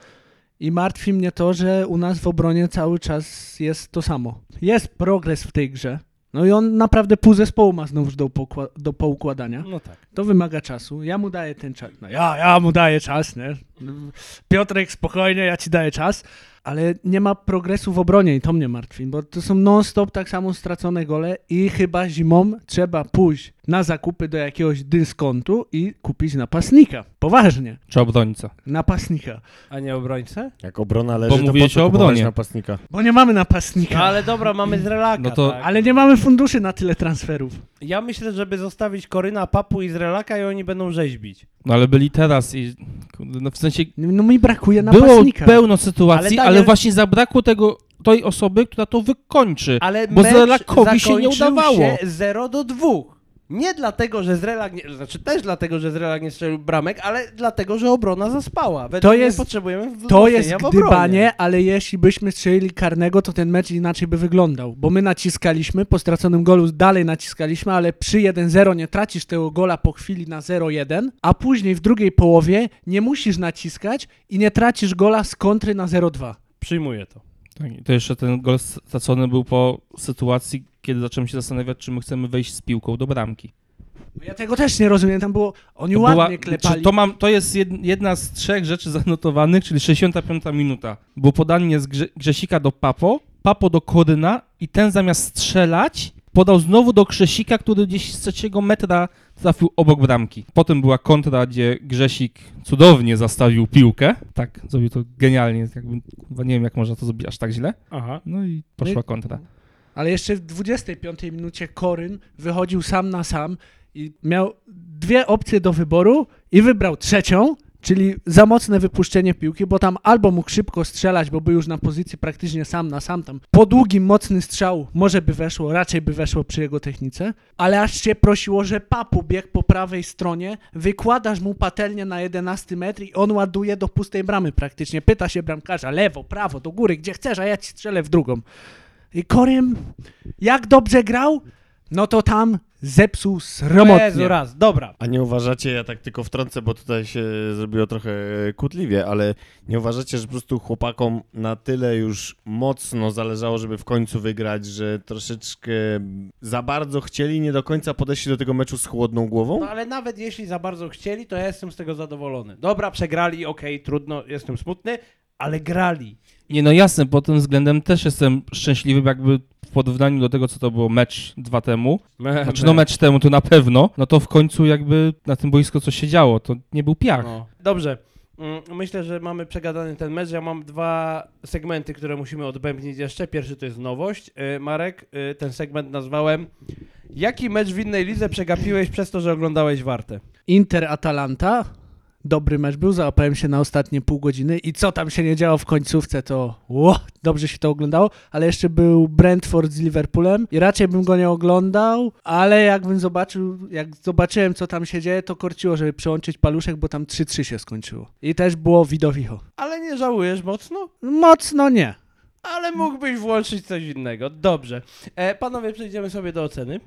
i martwi mnie to, że u nas w obronie cały czas jest to samo. Jest progres w tej grze. No i on naprawdę pół zespołu ma znów do, pokła- do poukładania.
No tak.
To wymaga czasu. Ja mu daję ten czas. No ja, ja mu daję czas, nie? Piotrek, spokojnie, ja ci daję czas. Ale nie ma progresu w obronie i to mnie martwi, bo to są non-stop tak samo stracone gole i chyba zimą trzeba pójść na zakupy do jakiegoś dyskontu i kupić napastnika. Poważnie,
Czy obrońca.
napastnika.
A nie obrońcę?
Jak obrona leży,
Bo
to po
mówiłeś
co
o
o
obronie.
napastnika?
Bo nie mamy
No
napastnika.
ale dobra, mamy z relaka.
No to-
tak.
Ale nie mamy funduszy na tyle transferów.
Ja myślę, żeby zostawić Koryna, Papu i z relaka i oni będą rzeźbić.
No ale byli teraz i kurde, no w sensie
No mi brakuje
było
napastnika.
pełno sytuacji, ale,
Ale tak Daniel-
właśnie zabrakło tego tej osoby, która to wykończy.
Ale
Bo
mecz
Zrelakowi się nie
zakończył
udawało.
Się 0 do 2. Nie dlatego, że Zrelak nie, znaczy też dlatego, że Zrelak nie strzelił bramek, ale dlatego, że obrona zaspała. Według
To
mnie
jest-
potrzebujemy w-
To
wzmocnienia
jest
No w obronie.
gdybanie, ale jeśli byśmy strzelili karnego, to ten mecz inaczej by wyglądał, bo my naciskaliśmy, po straconym golu dalej naciskaliśmy, ale przy 1-0 nie tracisz tego gola po chwili na 0-1, a później w drugiej połowie nie musisz naciskać i nie tracisz gola z kontry na 0-2.
Przyjmuję to.
Tak, i to jeszcze ten gol stracony był po sytuacji, kiedy zacząłem się zastanawiać, czy my chcemy wejść z piłką do bramki.
No Ja tego też nie rozumiem, tam było, oni
To,
ładnie
była-
klepali.
czy to, mam, to jest jed, jedna z trzech rzeczy zanotowanych, czyli 65 minuta. Było podanie z Grze, Grzesika do Papo, Papo do Kodyna i ten zamiast strzelać podał znowu do Grzesika, który gdzieś z trzeciego metra trafił obok bramki. Potem była kontra, gdzie Grzesik cudownie zastawił piłkę. Tak, zrobił to genialnie. Jakby, kurwa, nie wiem, jak można to zrobić aż tak źle.
Aha.
No i poszła kontra.
Ale jeszcze w 25 minucie Koryn wychodził sam na sam i miał dwie opcje do wyboru i wybrał trzecią, czyli za mocne wypuszczenie piłki, bo tam albo mógł szybko strzelać, bo był już na pozycji praktycznie sam na sam tam. Po długim mocny strzał może by weszło, raczej by weszło przy jego technice, ale aż się prosiło, że papu biegł po prawej stronie, wykładasz mu patelnię na 11 metr i on ładuje do pustej bramy praktycznie. Pyta się bramkarza lewo, prawo, do góry, gdzie chcesz, a ja ci strzelę w drugą. I Korym, jak dobrze grał, no to tam zepsuł
Jezu,
sromotnie.
raz, dobra.
A nie uważacie, ja tak tylko wtrącę, bo tutaj się zrobiło trochę e, kutliwie, ale nie uważacie, że po prostu chłopakom na tyle już mocno zależało, żeby w końcu wygrać, że troszeczkę za bardzo chcieli, nie do końca podeszli do tego meczu z chłodną głową?
Tak.
No ale nawet jeśli za bardzo chcieli, to ja jestem z tego zadowolony. Dobra, przegrali, okej, trudno, jestem smutny, ale grali.
Nie no jasne, pod tym względem też jestem szczęśliwy, jakby w porównaniu do tego, co to było mecz dwa temu, znaczy no mecz temu to na pewno, no to w końcu jakby na tym boisku coś się działo, to nie był piach.
No. Dobrze. Mm, Myślę, że mamy przegadany ten mecz. Ja mam dwa segmenty, które musimy odbębnić jeszcze. Pierwszy to jest nowość. Y, Marek, y, ten segment nazwałem Jaki mecz w innej lidze przegapiłeś przez to, że oglądałeś Wartę?
Inter-Atalanta, dobry mecz był, załapałem się na ostatnie pół godziny i co tam się nie działo w końcówce, to ło, dobrze się to oglądało, ale jeszcze był Brentford z Liverpoolem i raczej bym go nie oglądał, ale jakbym zobaczył, jak zobaczyłem, co tam się dzieje, to korciło, żeby przełączyć paluszek, bo tam 3-3 się skończyło. I też było widowicho.
Ale nie żałujesz mocno?
Mocno nie.
Ale mógłbyś włączyć coś innego. Dobrze. E, panowie, przejdziemy sobie do oceny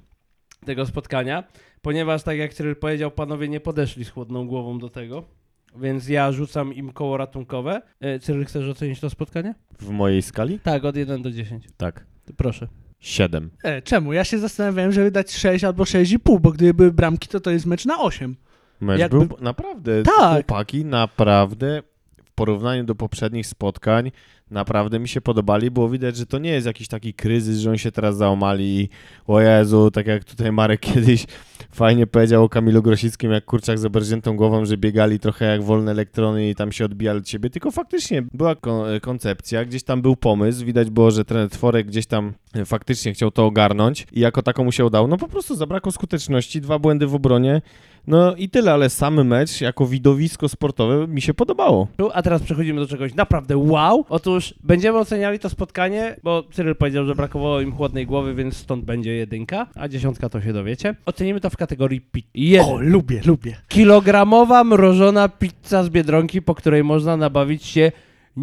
tego spotkania, ponieważ tak jak Cyril powiedział, panowie nie podeszli z chłodną głową do tego. Więc ja rzucam im koło ratunkowe. E, Cyril, chcesz ocenić to spotkanie?
W mojej skali?
Tak, od 1 do 10.
Tak.
To Proszę.
Siedem.
E, czemu? Ja się zastanawiałem, żeby dać 6 albo 6,5, bo gdyby były bramki, to to jest mecz na 8.
Mecz
Jakby-
był naprawdę.
Tak.
Chłopaki naprawdę w porównaniu do poprzednich spotkań naprawdę mi się podobali. Było widać, że to nie jest jakiś taki kryzys, że oni się teraz załamali i o Jezu, tak jak tutaj Marek kiedyś fajnie powiedział o Kamilu Grosickim, jak kurczak z oberżniętą głową, że biegali trochę jak wolne elektrony i tam się odbijali od siebie, tylko faktycznie była kon- koncepcja, gdzieś tam był pomysł, widać było, że trener Tworek gdzieś tam e, faktycznie chciał to ogarnąć i jako taką mu się udało. No po prostu zabrakło skuteczności, dwa błędy w obronie, no i tyle, ale sam mecz jako widowisko sportowe mi się podobało.
Tu, A teraz przechodzimy do czegoś naprawdę wow. Otóż będziemy oceniali to spotkanie, bo Cyril powiedział, że brakowało im chłodnej głowy, więc stąd będzie jedynka, a dziesiątka to się dowiecie. Ocenimy to w kategorii pit. Jeden.
O, lubię, lubię.
Kilogramowa mrożona pizza z Biedronki, po której można nabawić się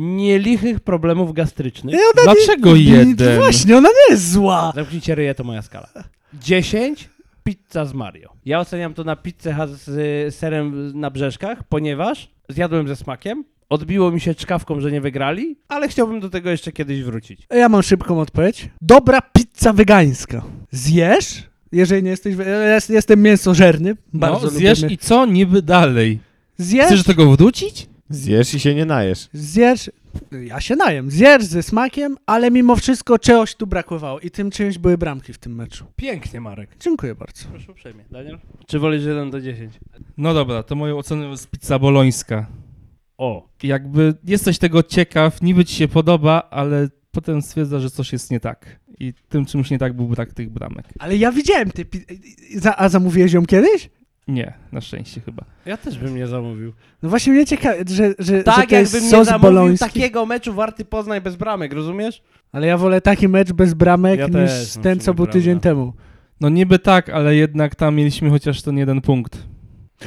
nielichych problemów gastrycznych.
No Dlaczego jeden?
Właśnie, ona nie jest zła.
Zamknijcie ryje, to moja skala. 10 pizza z Mario. Ja oceniam to na pizzę ha- z y, serem na brzeszkach, ponieważ zjadłem ze smakiem. Odbiło mi się czkawką, że nie wygrali, ale chciałbym do tego jeszcze kiedyś wrócić.
Ja mam szybką odpowiedź. Dobra pizza wegańska. Zjesz? Jeżeli nie jesteś... we- ja jest- Jestem mięsożerny. Bardzo
No,
lubię
zjesz
mię-
i co niby dalej?
Zjesz?
Chcesz tego wrócić?
Zjesz i się nie najesz.
Zjesz, ja się najem, zjesz ze smakiem, ale mimo wszystko czegoś tu brakowało i tym czymś były bramki w tym meczu.
Pięknie, Marek.
Dziękuję bardzo.
Proszę uprzejmie. Daniel? Czy wolisz 1 do 10?
No dobra, to moją oceną jest pizza bolońska.
O.
Jakby jesteś tego ciekaw, niby ci się podoba, ale potem stwierdza, że coś jest nie tak. I tym czymś nie tak byłby tak tych bramek.
Ale ja widziałem te pi- za, A zamówiłeś ją kiedyś?
Nie, na szczęście chyba.
Ja też bym nie zamówił.
No właśnie mnie ciekawe, że, że, że
Tak,
to
jakbym
jest
nie
sos
zamówił
boloński.
takiego meczu Warty Poznań bez bramek, rozumiesz?
Ale ja wolę taki mecz bez bramek
Ja
niż
też, no, w
ten, co
sumie
był
prawda.
tydzień temu.
No niby tak, ale jednak tam mieliśmy chociaż ten jeden punkt.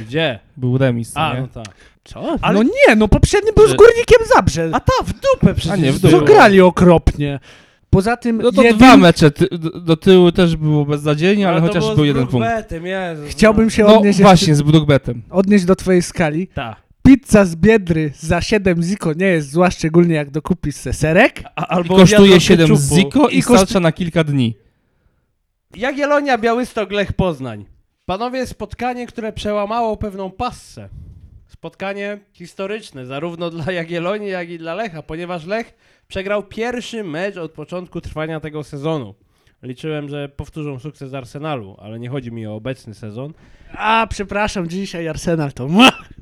Gdzie?
Był remis,
A,
nie?
no tak.
Co?
Ale-
No nie, no poprzedni był z
Że-
Górnikiem Zabrze.
A ta w dupę przecież.
A nie, w
było.
dupę.
Co grali okropnie. Poza tym
No to
jeden...
dwa mecze ty, do, do tyłu też było bez zadzienia, ale,
to
chociaż
było z
był jeden punkt.
Brookbetem, Jezus,
Chciałbym się
No
odnieść,
właśnie, z Brookbetem.
jeszcze, odnieść do twojej skali.
Ta.
Pizza z biedry za 7 ziko nie jest zła, szczególnie jak dokupisz se serek.
A, albo
Kosztuje
wiadro
7
keczupu.
ziko i,
I koszt-
starcza na kilka dni.
Jagiellonia, Białystok, Lech, Poznań. Panowie, spotkanie, które przełamało pewną passę. Spotkanie historyczne zarówno dla Jagiellonii, jak i dla Lecha, ponieważ Lech przegrał pierwszy mecz od początku trwania tego sezonu. Liczyłem, że powtórzą sukces Arsenalu, ale nie chodzi mi o obecny sezon.
A, przepraszam, dzisiaj Arsenal to...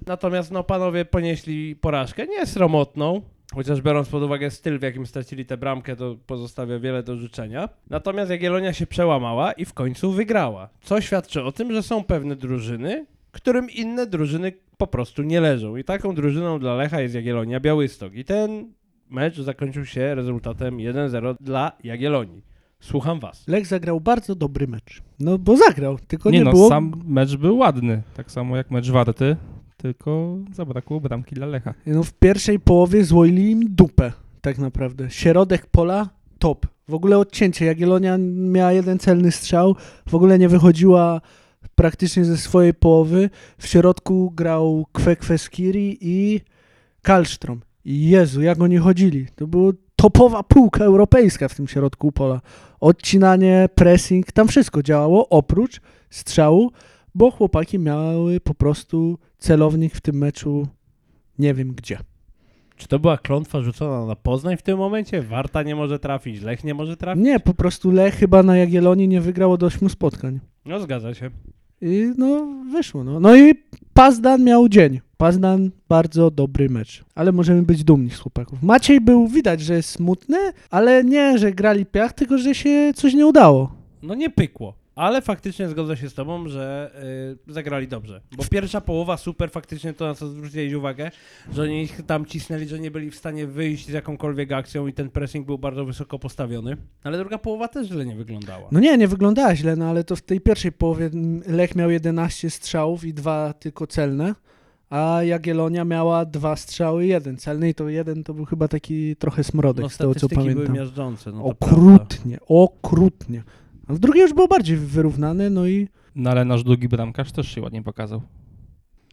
Natomiast no panowie ponieśli porażkę, nie sromotną, chociaż biorąc pod uwagę styl, w jakim stracili tę bramkę, to pozostawia wiele do życzenia. Natomiast Jagiellonia się przełamała i w końcu wygrała, co świadczy o tym, że są pewne drużyny, którym inne drużyny po prostu nie leżą. I taką drużyną dla Lecha jest Jagiellonia Białystok. I ten mecz zakończył się rezultatem 1-0 dla Jagiellonii. Słucham was.
Lech zagrał bardzo dobry mecz. No, bo zagrał, tylko nie,
Nie no,
było...
sam mecz był ładny. Tak samo jak mecz Warty, tylko zabrakło bramki dla Lecha.
No, w pierwszej połowie złoili im dupę, tak naprawdę. Środek pola, top. W ogóle odcięcie. Jagiellonia miała jeden celny strzał, w ogóle nie wychodziła praktycznie ze swojej połowy. W środku grał Kwekwe Skiri i Kalstrom. I Jezu, jak oni chodzili. To była topowa półka europejska w tym środku pola. Odcinanie, pressing, tam wszystko działało oprócz strzału, bo chłopaki miały po prostu celownik w tym meczu nie wiem gdzie.
Czy to była klątwa rzucona na Poznań w tym momencie? Warta nie może trafić, Lech nie może trafić?
Nie, po prostu Lech chyba na Jagiellonii nie wygrał od ośmiu spotkań.
No zgadza się.
I no, wyszło. No, no i Pazdan miał dzień. Pazdan bardzo dobry mecz. Ale możemy być dumni z chłopaków. Maciej był, widać, że jest smutny, ale nie, że grali piach, tylko że się coś nie udało.
No nie pykło, ale faktycznie zgodzę się z tobą, że y, zagrali dobrze. Bo pierwsza połowa super, faktycznie to na co zwróciłeś uwagę, że oni ich tam cisnęli, że nie byli w stanie wyjść z jakąkolwiek akcją i ten pressing był bardzo wysoko postawiony. Ale druga połowa też źle nie wyglądała.
No nie, nie wyglądała źle, no ale to w tej pierwszej połowie mm, Lech miał 11 strzałów i dwa tylko celne, a Jagiellonia miała dwa strzały i jeden celny i to jeden to był chyba taki trochę smrodek
No
z tego, co
statystyki były
pamiętam.
miażdżące. No to prawda.
okrutnie, okrutnie. A w drugiej już było bardziej wyrównane, no i
No ale nasz drugi bramkarz też się ładnie pokazał.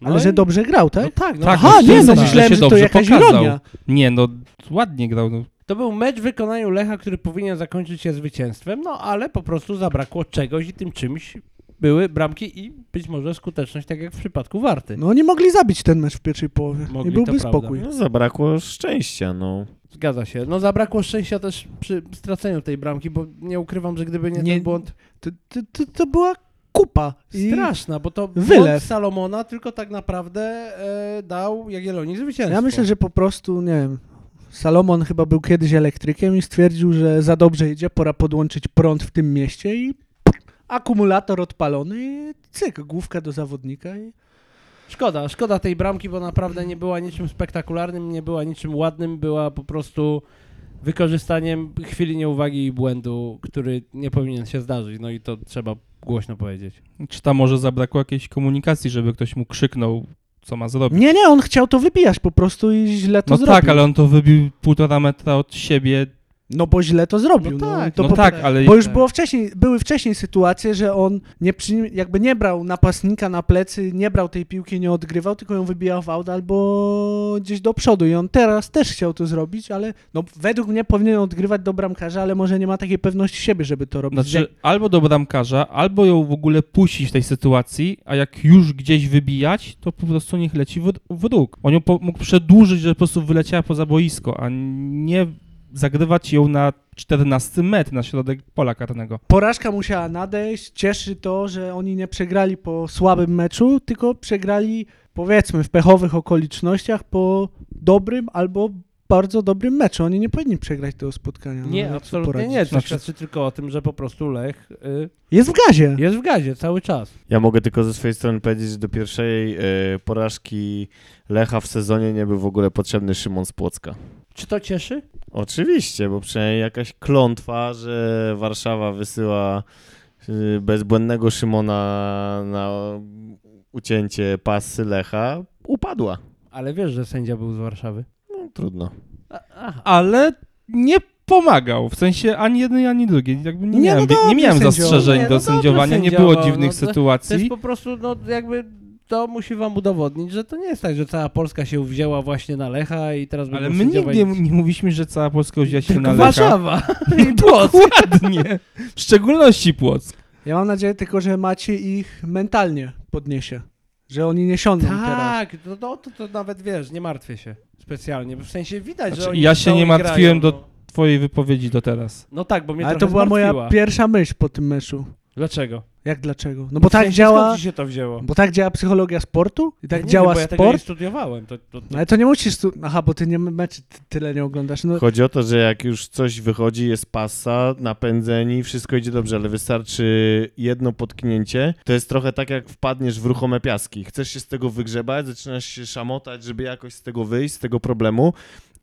No
Ale że
i-
dobrze grał, tak?
No tak, no.
Tak,
Aha,
no,
nie, no
przyznam,
myślałem,
się
że to
dobrze
jakaś
pokazał.
ironia.
Nie, no ładnie grał. No.
To był mecz w wykonaniu Lecha, który powinien zakończyć się zwycięstwem, no ale po prostu zabrakło czegoś i tym czymś były bramki i być może skuteczność, tak jak w przypadku Warty.
No nie mogli zabić ten mecz w pierwszej połowie.
Mogli,
nie byłby
to prawda.
spokój.
No, zabrakło szczęścia, no.
Zgadza się. No zabrakło szczęścia też przy straceniu tej bramki, bo nie ukrywam, że gdyby nie,
Nie-
ten błąd
To, to, to, to była kupa. I
straszna, bo to błąd
wylew.
Salomona tylko tak naprawdę e, dał Jagiellonii zwycięstwo.
Ja myślę, że po prostu, nie wiem, Salomon chyba był kiedyś elektrykiem i stwierdził, że za dobrze idzie, pora podłączyć prąd w tym mieście i akumulator odpalony i cyk, główka do zawodnika i
Szkoda, szkoda tej bramki, bo naprawdę nie była niczym spektakularnym, nie była niczym ładnym, była po prostu wykorzystaniem chwili nieuwagi i błędu, który nie powinien się zdarzyć, no i to trzeba głośno powiedzieć.
Czy tam może zabrakło jakiejś komunikacji, żeby ktoś mu krzyknął, co ma zrobić?
Nie, nie, on chciał to wybijać po prostu i źle to
No
zrobił.
tak, ale on to wybił półtora metra od siebie.
No bo źle to zrobił.
No
No
tak,
to
no
po...
tak, ale
Bo już
tak.
było wcześniej, były wcześniej sytuacje, że on nie przy, jakby nie brał napastnika na plecy, nie brał tej piłki, nie odgrywał, tylko ją wybijał w aut albo gdzieś do przodu. I on teraz też chciał to zrobić, ale no, według mnie powinien odgrywać do bramkarza, ale może nie ma takiej pewności siebie, żeby to robić.
Znaczy, albo do bramkarza, albo ją w ogóle puścić w tej sytuacji, a jak już gdzieś wybijać, to po prostu niech leci w, w róg. On ją po, mógł przedłużyć, że po prostu wyleciała poza boisko, a nie zagrywać ją na 14 metr, na środek pola karnego.
Porażka musiała nadejść. Cieszy to, że oni nie przegrali po słabym meczu, tylko przegrali powiedzmy w pechowych okolicznościach po dobrym albo bardzo dobrym meczu. Oni nie powinni przegrać tego spotkania. no, jak
Nie,
tu
absolutnie
poradzić?
nie. To
Znaczy-
świadczy tylko o tym, że po prostu Lech y,
Jest w gazie.
jest w gazie cały czas.
Ja mogę tylko ze swojej strony powiedzieć, że do pierwszej e, porażki Lecha w sezonie nie był w ogóle potrzebny Szymon z Płocka.
Czy to cieszy?
Oczywiście, bo przynajmniej jakaś klątwa, że Warszawa wysyła y, bezbłędnego Szymona na ucięcie pasy Lecha, upadła.
Ale wiesz, że sędzia był z Warszawy.
No, trudno.
A, aha.
Ale nie pomagał, w sensie ani jednej, ani drugiej. Jakby nie,
Nie,
miałem,
no dobrze
nie miałem
sędziował.
zastrzeżeń
Nie, no
do
dobrze
sędziowania, nie
sędziował,
było dziwnych
no to- To
sytuacji.
jest po prostu, no jakby to musi wam udowodnić, że to nie jest tak, że cała Polska się wzięła właśnie na Lecha i teraz
Ale
będą
my
sędziować-
nigdy nie mówiliśmy, że cała Polska wzięła się na Lecha.
Warszawa
No.
i Płock.
Dokładnie. W szczególności Płock.
Ja mam nadzieję tylko, że macie ich mentalnie podniesie. Że oni nie siądą teraz.
Tak, no to, to, to nawet wiesz, nie martwię się specjalnie. W sensie widać, że
Znaczy,
oni
ja się
chcą
nie
i grają,
martwiłem do-
No.
Twojej wypowiedzi do teraz.
no tak, bo mnie
Ale
trochę
to była moja
zmartwiła.
pierwsza myśl po tym meczu.
Dlaczego?
Jak dlaczego? No bo
W
tak
sensie,
działa,
Skąd ci się to wzięło?
bo tak działa psychologia sportu i tak
Ja nie
działa
wiem, bo ja tego nie
sport.
studiowałem. To, to,
No Ale to nie musisz tu... Aha, bo ty nie meczy ty tyle nie oglądasz. No,
Chodzi o to, że jak już coś wychodzi, jest pasa, napędzeni, wszystko idzie dobrze, ale wystarczy jedno potknięcie. To jest trochę tak, jak wpadniesz w ruchome piaski. Chcesz się z tego wygrzebać, zaczynasz się szamotać, żeby jakoś z tego wyjść, z tego problemu.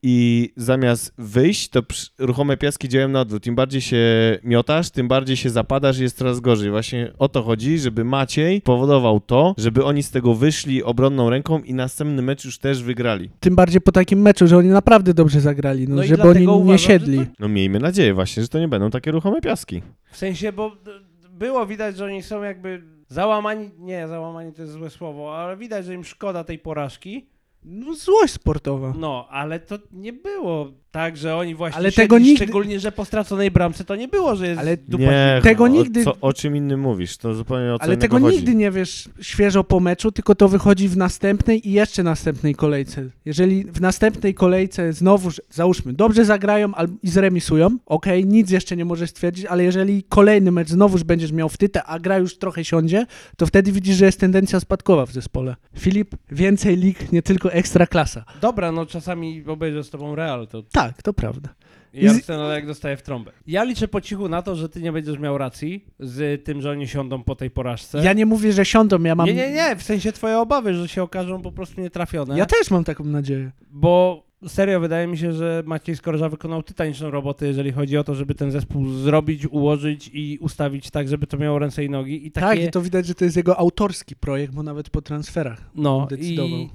I zamiast wyjść, to przy- ruchome piaski działają na odwrót. Im bardziej się miotasz, tym bardziej się zapadasz i jest coraz gorzej. Właśnie o to chodzi, żeby Maciej powodował to, żeby oni z tego wyszli obronną ręką i następny mecz już też wygrali.
Tym bardziej po takim meczu, że oni naprawdę dobrze zagrali, no,
No i
żeby
dlatego
oni
uważam,
nie
że
siedli.
to-
No miejmy nadzieję właśnie, że to nie będą takie ruchome piaski.
W sensie, bo d- d- było widać, że oni są jakby załamani, nie, załamani to jest złe słowo, ale widać, że im szkoda tej porażki.
No złość sportowa.
No, ale to nie było tak, że oni właśnie
Ale
siedli,
tego nigdy-
szczególnie, że po straconej bramce to nie było, że jest
Ale
dupa zimna.
Tego
o-
nigdy-
no, Co, o czym innym mówisz? To zupełnie o co
Ale
innego
tego
chodzi.
nigdy nie wiesz świeżo po meczu, tylko to wychodzi w następnej i jeszcze następnej kolejce. Jeżeli w następnej kolejce znowu, załóżmy, dobrze zagrają al- i zremisują, okej, nic jeszcze nie możesz stwierdzić, ale jeżeli kolejny mecz znowuż będziesz miał wtytę, a gra już trochę siądzie, to wtedy widzisz, że jest tendencja spadkowa w zespole. Filip, więcej lig, nie tylko ekstra klasa.
Dobra, no czasami obejrzę z tobą Real, to
Tak, to prawda.
i
I z-
Arsenal jak dostaje w trąbę. Ja liczę po cichu na to, że ty nie będziesz miał racji z tym, że oni siądą po tej porażce.
Ja nie mówię, że siądą, ja mam...
Tak? Nie, nie, nie, No. w sensie twoje obawy, że się okażą po prostu nietrafione.
Ja też mam taką nadzieję.
Bo serio wydaje mi się, że Maciej Skorża wykonał tytaniczną robotę, jeżeli chodzi o to, żeby ten zespół zrobić, ułożyć i ustawić tak, żeby to miało ręce i nogi. I takie,
Tak, i to widać, że to jest jego autorski projekt, bo nawet po transferach.
no,
decydował.
I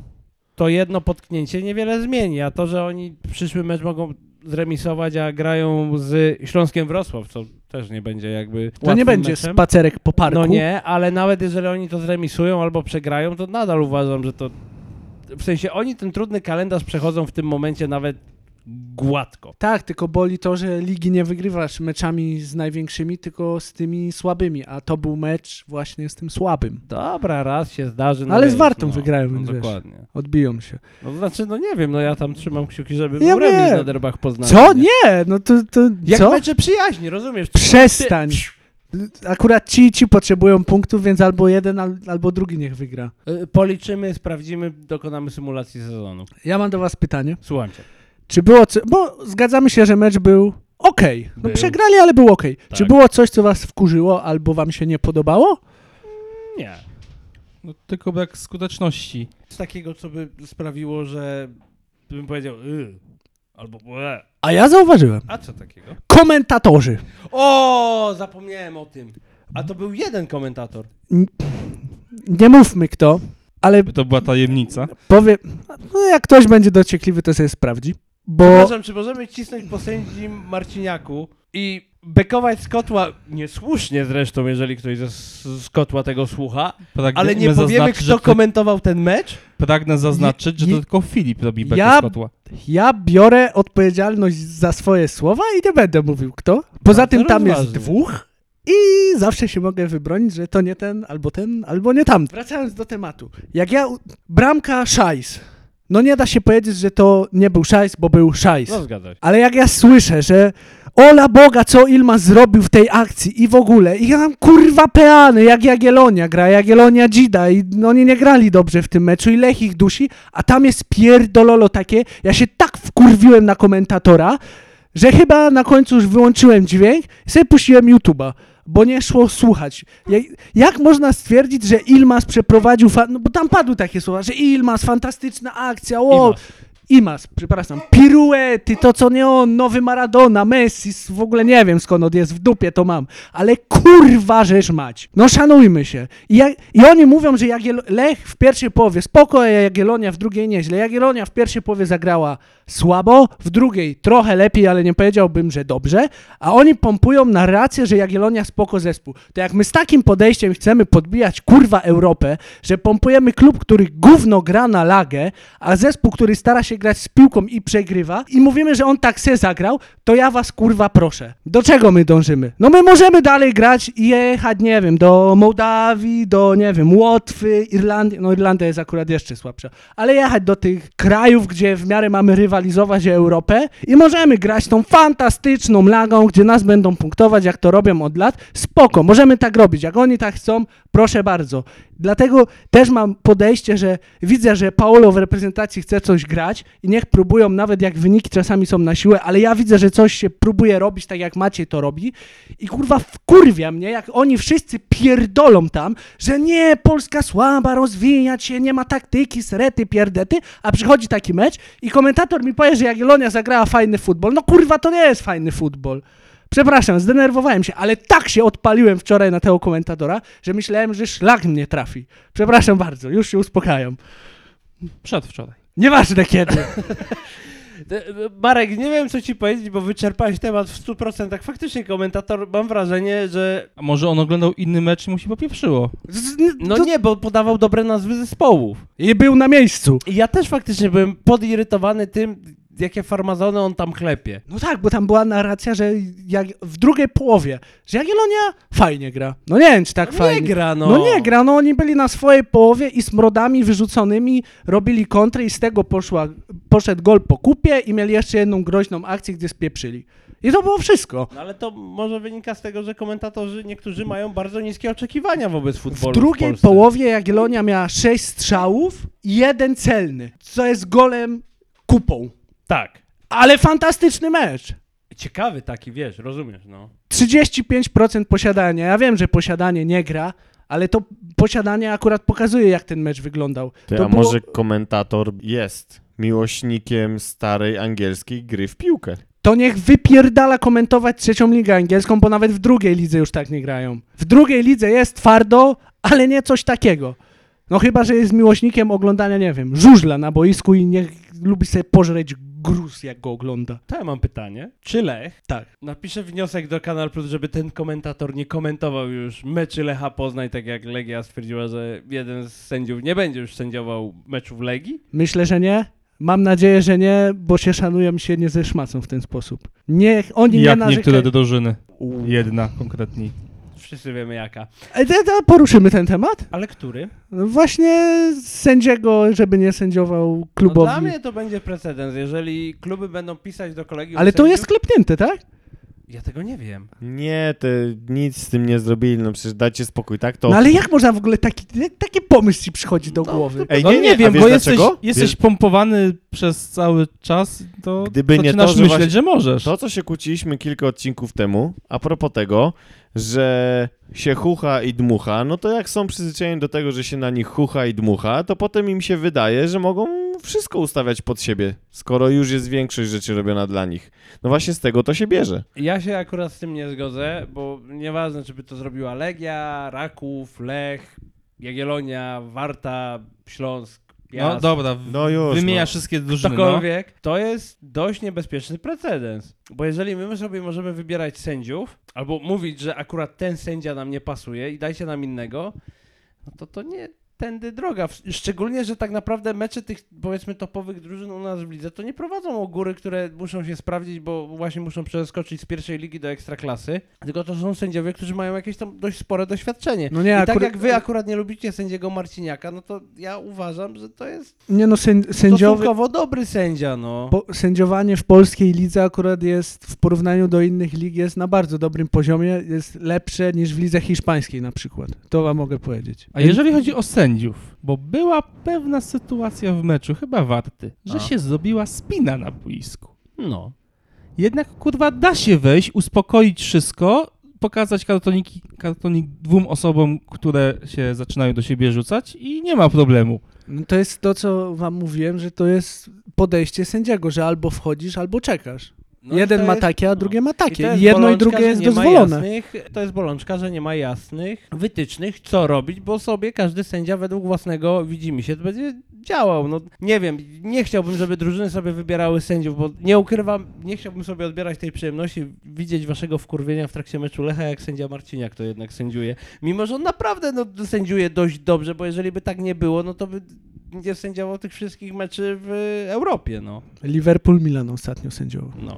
to jedno potknięcie niewiele zmieni, a to, że oni przyszły mecz mogą zremisować, a grają z Śląskiem Wrocław, co też nie będzie jakby
To nie
łatwym
będzie
meczem.
spacerek po parku.
No nie, ale nawet jeżeli oni to zremisują albo przegrają, to nadal uważam, że to... W sensie oni ten trudny kalendarz przechodzą w tym momencie nawet gładko.
Tak, tylko boli to, że ligi nie wygrywasz meczami z największymi, tylko z tymi słabymi, a to był mecz właśnie z tym słabym.
Dobra, raz się zdarzy.
Ale z
wiesz,
Wartą wygrają, więc
no,
wiesz.
Dokładnie.
Odbiją się.
No to znaczy, no nie wiem, no ja tam trzymam kciuki, żeby
Ja
był remis
wiem.
na derbach Poznania.
Co? Nie, no to, to
Jak
co?
mecze przyjaźni, rozumiesz?
Przestań. Akurat ci i ci potrzebują punktów, więc albo jeden, al- albo drugi niech wygra.
Y, Policzymy, sprawdzimy, dokonamy symulacji sezonu.
Ja mam do was pytanie.
Słucham cię.
Czy było co... Bo zgadzamy się, że mecz był okej. No
Był.
przegrali, ale był okej.
Tak.
Czy było coś, co was wkurzyło albo wam się nie podobało?
Nie.
No, tylko brak skuteczności.
Z takiego, co by sprawiło, że bym powiedział y, albo ble.
A ja zauważyłem.
A co takiego?
Komentatorzy.
O, zapomniałem o tym. A to był jeden komentator.
Nie mówmy kto, ale
By to była tajemnica.
powiem... No jak ktoś będzie dociekliwy, to sobie sprawdzi. Bo...
Przepraszam, czy możemy cisnąć po sędzi Marciniaku i bekować z kotła, niesłusznie zresztą, jeżeli ktoś ze- z, z kotła tego słucha,
Tak,
Pragnę
ale nie powiemy,
zaznaczyć,
kto
że to,
komentował ten mecz?
Pragnę zaznaczyć, że
Nie-
to tylko Filip robi bekę
Ja-
z kotła.
Ja biorę odpowiedzialność za swoje słowa i nie będę mówił kto. Poza
Bardzo
tym tam jest
No, rozważnie.
dwóch i zawsze się mogę wybronić, że to nie ten, albo ten, albo nie tam. Wracając do tematu. Jak ja... u- Bramka szajs. No nie da się powiedzieć, że to nie był szajs, bo był szajs.
No zgadza się.
Ale jak ja słyszę, że ola Boga, co Ilma zrobił w tej akcji i w ogóle, i ja tam kurwa peany, jak Jagiellonia gra, Jagiellonia dzida i no, oni nie grali dobrze w tym meczu i Lech ich dusi, a tam jest pierdololo takie, ja się tak wkurwiłem na komentatora, że chyba na końcu już wyłączyłem dźwięk i sobie puściłem YouTube'a, bo nie szło słuchać. Jak, jak można stwierdzić, że Ilmas przeprowadził, fa- no bo tam padły takie słowa, że Ilmas, fantastyczna akcja, wow.
Imas.
Imas, przepraszam, piruety, to co nie on, nowy Maradona, Messi, s- w ogóle nie wiem skąd on jest, w dupie to mam, ale kurwa rzecz mać, no szanujmy się. I, jak, i oni mówią, że Jagiel- Lech w pierwszej połowie spoko, a Jagiellonia w drugiej nieźle. Jagiellonia w pierwszej połowie zagrała słabo, w drugiej trochę lepiej, ale nie powiedziałbym, że dobrze, a oni pompują narrację, że Jagiellonia spoko zespół. To jak my z takim podejściem chcemy podbijać kurwa Europę, że pompujemy klub, który gówno gra na lagę, a zespół, który stara się grać z piłką i przegrywa i mówimy, że on tak se zagrał, to ja was kurwa proszę. Do czego my dążymy? No my możemy dalej grać i jechać, nie wiem, do Mołdawii, do, nie wiem, Łotwy, Irlandii, no Irlandia jest akurat jeszcze słabsza, ale jechać do tych krajów, gdzie w miarę mamy rywalizować Europę i możemy grać tą fantastyczną lagą, gdzie nas będą punktować, jak to robią od lat. Spoko, możemy tak robić. Jak oni tak chcą, proszę bardzo. Dlatego też mam podejście, że widzę, że Paolo w reprezentacji chce coś grać i niech próbują, nawet jak wyniki czasami są na siłę, ale ja widzę, że coś się próbuje robić tak, jak Maciej to robi i kurwa wkurwia mnie, jak oni wszyscy pierdolą tam, że nie, Polska słaba, rozwijać się, nie ma taktyki, serety, pierdety, a przychodzi taki mecz i komentator mi powie, że Jagiellonia zagrała fajny futbol. No kurwa, to nie jest fajny futbol. Przepraszam, zdenerwowałem się, ale tak się odpaliłem wczoraj na tego komentatora, że myślałem, że szlak mnie trafi. Przepraszam bardzo, już się uspokajam.
Przedwczoraj.
Nieważne kiedy.
E, e, Marek, nie wiem co ci powiedzieć, bo wyczerpałeś temat w 100%. Faktycznie komentator, mam wrażenie, że...
A może on oglądał inny mecz i mu się popieprzyło?
Z-
No
to-
nie, bo podawał dobre nazwy zespołów.
I był na miejscu.
I ja też faktycznie byłem podirytowany tym, jakie farmazony on tam chlepie.
No tak, bo tam była narracja, że jak w drugiej połowie, że Jagiellonia fajnie gra. No nie wiem, czy tak fajnie.
Nie gra, no.
No nie gra, no oni byli na swojej połowie i z mrodami wyrzuconymi robili kontry i z tego poszła, poszedł gol po kupie i mieli jeszcze jedną groźną akcję, gdzie spieprzyli. I to było wszystko.
No ale to może wynika z tego, że komentatorzy niektórzy mają bardzo niskie oczekiwania wobec futbolu.
W drugiej
Polsce.
połowie Jagiellonia miała sześć strzałów i jeden celny, co jest golem kupą.
Tak.
Ale fantastyczny mecz.
Ciekawy taki, wiesz, rozumiesz, no.
35% posiadania. Ja wiem, że posiadanie nie gra, ale to posiadanie akurat pokazuje, jak ten mecz wyglądał.
Ty,
to
a
było-
może komentator jest miłośnikiem starej angielskiej gry w piłkę?
to niech wypierdala komentować trzecią ligę angielską, bo nawet w drugiej lidze już tak nie grają. W drugiej lidze jest twardo, ale nie coś takiego. No chyba, że jest miłośnikiem oglądania, nie wiem, żużla na boisku i niech lubi sobie pożreć gruz, jak go ogląda.
To ja mam pytanie. Czy Lech
Tak.
napisze wniosek do Kanal Plus, żeby ten komentator nie komentował już meczy Lecha Poznań, tak jak Legia stwierdziła, że jeden z sędziów nie będzie już sędziował meczów Legii?
Myślę, że nie. Mam nadzieję, że nie, bo się szanują się nie ze szmacą w ten sposób. Niech oni nie
Jak niektóre
narzekają.
do drużyny. Jedna konkretniej.
Wszyscy wiemy jaka.
E, te- te- Poruszymy ten temat?
Ale który?
No Właśnie sędziego, żeby nie sędziował
No
klubowi.
dla mnie to będzie precedens, jeżeli kluby będą pisać do kolegium
Ale to
sędziów-
jest klepnięte, tak?
Ja tego nie wiem.
Nie, te nic z tym nie zrobili, no przecież dajcie spokój, tak to...
No ale jak można w ogóle taki, taki pomysł ci przychodzi do głowy?
Ej,
no nie,
a
wiem,
wiesz
bo jesteś,
dlaczego?
jesteś pompowany przez cały czas, to
Gdyby nie
zaczynasz
to, że
myśleć,
właśnie-
że możesz.
To, co się kłóciliśmy kilka odcinków temu, a propos tego, że się chucha i dmucha, no to jak są przyzwyczajeni do tego, że się na nich chucha i dmucha, to potem im się wydaje, że mogą wszystko ustawiać pod siebie, skoro już jest większość rzeczy robiona dla nich. No właśnie z tego to się bierze.
Ja się akurat z tym nie zgodzę, bo nieważne, czy by to zrobiła Legia, Raków, Lech, Jagiellonia, Warta, Śląsk, Piast,
No dobra,
No już,
wymienia
no.
wszystkie drużyny. No.
ktokolwiek, to jest dość niebezpieczny precedens. Bo jeżeli my sobie możemy wybierać sędziów, albo mówić, że akurat ten sędzia nam nie pasuje i dajcie nam innego, no to to nie tędy droga. W- Szczególnie, że tak naprawdę mecze tych, powiedzmy, topowych drużyn u nas w lidze to nie prowadzą o góry, które muszą się sprawdzić, bo właśnie muszą przeskoczyć z pierwszej ligi do ekstraklasy, tylko to są sędziowie, którzy mają jakieś tam dość spore doświadczenie.
No nie,
I tak
akurat-
jak wy akurat nie lubicie sędziego Marciniaka, no to ja uważam, że to jest
Nie no, sęd- sędziowy...
stosunkowo dobry sędzia, no.
Po, sędziowanie w polskiej lidze akurat jest w porównaniu do innych lig jest na bardzo dobrym poziomie, jest lepsze niż w lidze hiszpańskiej na przykład. To wam mogę powiedzieć.
A jeżeli chodzi o sędziów, bo była pewna sytuacja w meczu, chyba warty, że
A.
się zrobiła spina na boisku.
No.
Jednak kurwa da się wejść, uspokoić wszystko, pokazać kartoniki, kartonik dwóm osobom, które się zaczynają do siebie rzucać i nie ma problemu.
No to jest to, co wam mówiłem, że to jest podejście sędziego, że albo wchodzisz, albo czekasz.
No i
Jeden
to
ma
jest-
takie, a
no.
drugie ma
I
takie.
to jest
Jedno Tak,
bolączka,
i drugie
że
jest
nie ma
dozwolone.
Jasnych, to jest bolączka, że nie ma jasnych wytycznych, co robić, bo sobie każdy sędzia według własnego widzimy się, to będzie działał. No, nie wiem, nie chciałbym, żeby drużyny sobie wybierały sędziów, bo nie ukrywam, nie chciałbym sobie odbierać tej przyjemności widzieć waszego wkurwienia w trakcie meczu Lecha, jak sędzia Marciniak to jednak sędziuje. Mimo, że on naprawdę no, sędziuje dość dobrze, bo jeżeli by tak nie było, no to by nie sędziował tych wszystkich meczy w y, Europie, no.
Liverpool Milan ostatnio sędziował.
no.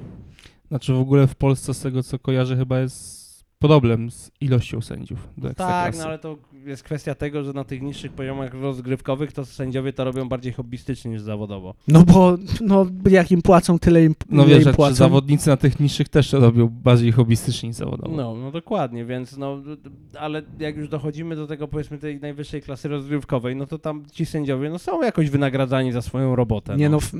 Znaczy w ogóle w Polsce z tego co kojarzę chyba jest problem z ilością sędziów do
Tak,
Ekstraklasy.
no ale to jest kwestia tego, że na tych niższych poziomach rozgrywkowych to sędziowie to robią bardziej hobbystycznie niż zawodowo.
No bo no, jak im płacą, tyle im,
No
ile
wiesz,
im
że
płacą.
ci zawodnicy na tych niższych też robią bardziej hobbystycznie niż zawodowo.
No, no dokładnie, więc no, d- d- ale jak już dochodzimy do tego powiedzmy tej najwyższej klasy rozgrywkowej, no to tam ci sędziowie no są jakoś wynagradzani za swoją robotę.
Nie no, w,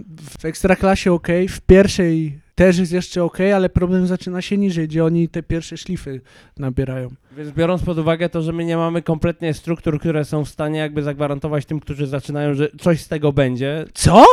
w ekstraklasie ok, w pierwszej też jest jeszcze ok, ale problem zaczyna się niżej, gdzie oni te pierwsze szlify nabierają.
Więc biorąc pod uwagę to, że my nie mamy kompletnie struktur, które są w stanie jakby zagwarantować tym, którzy zaczynają, że coś z tego będzie.
Co?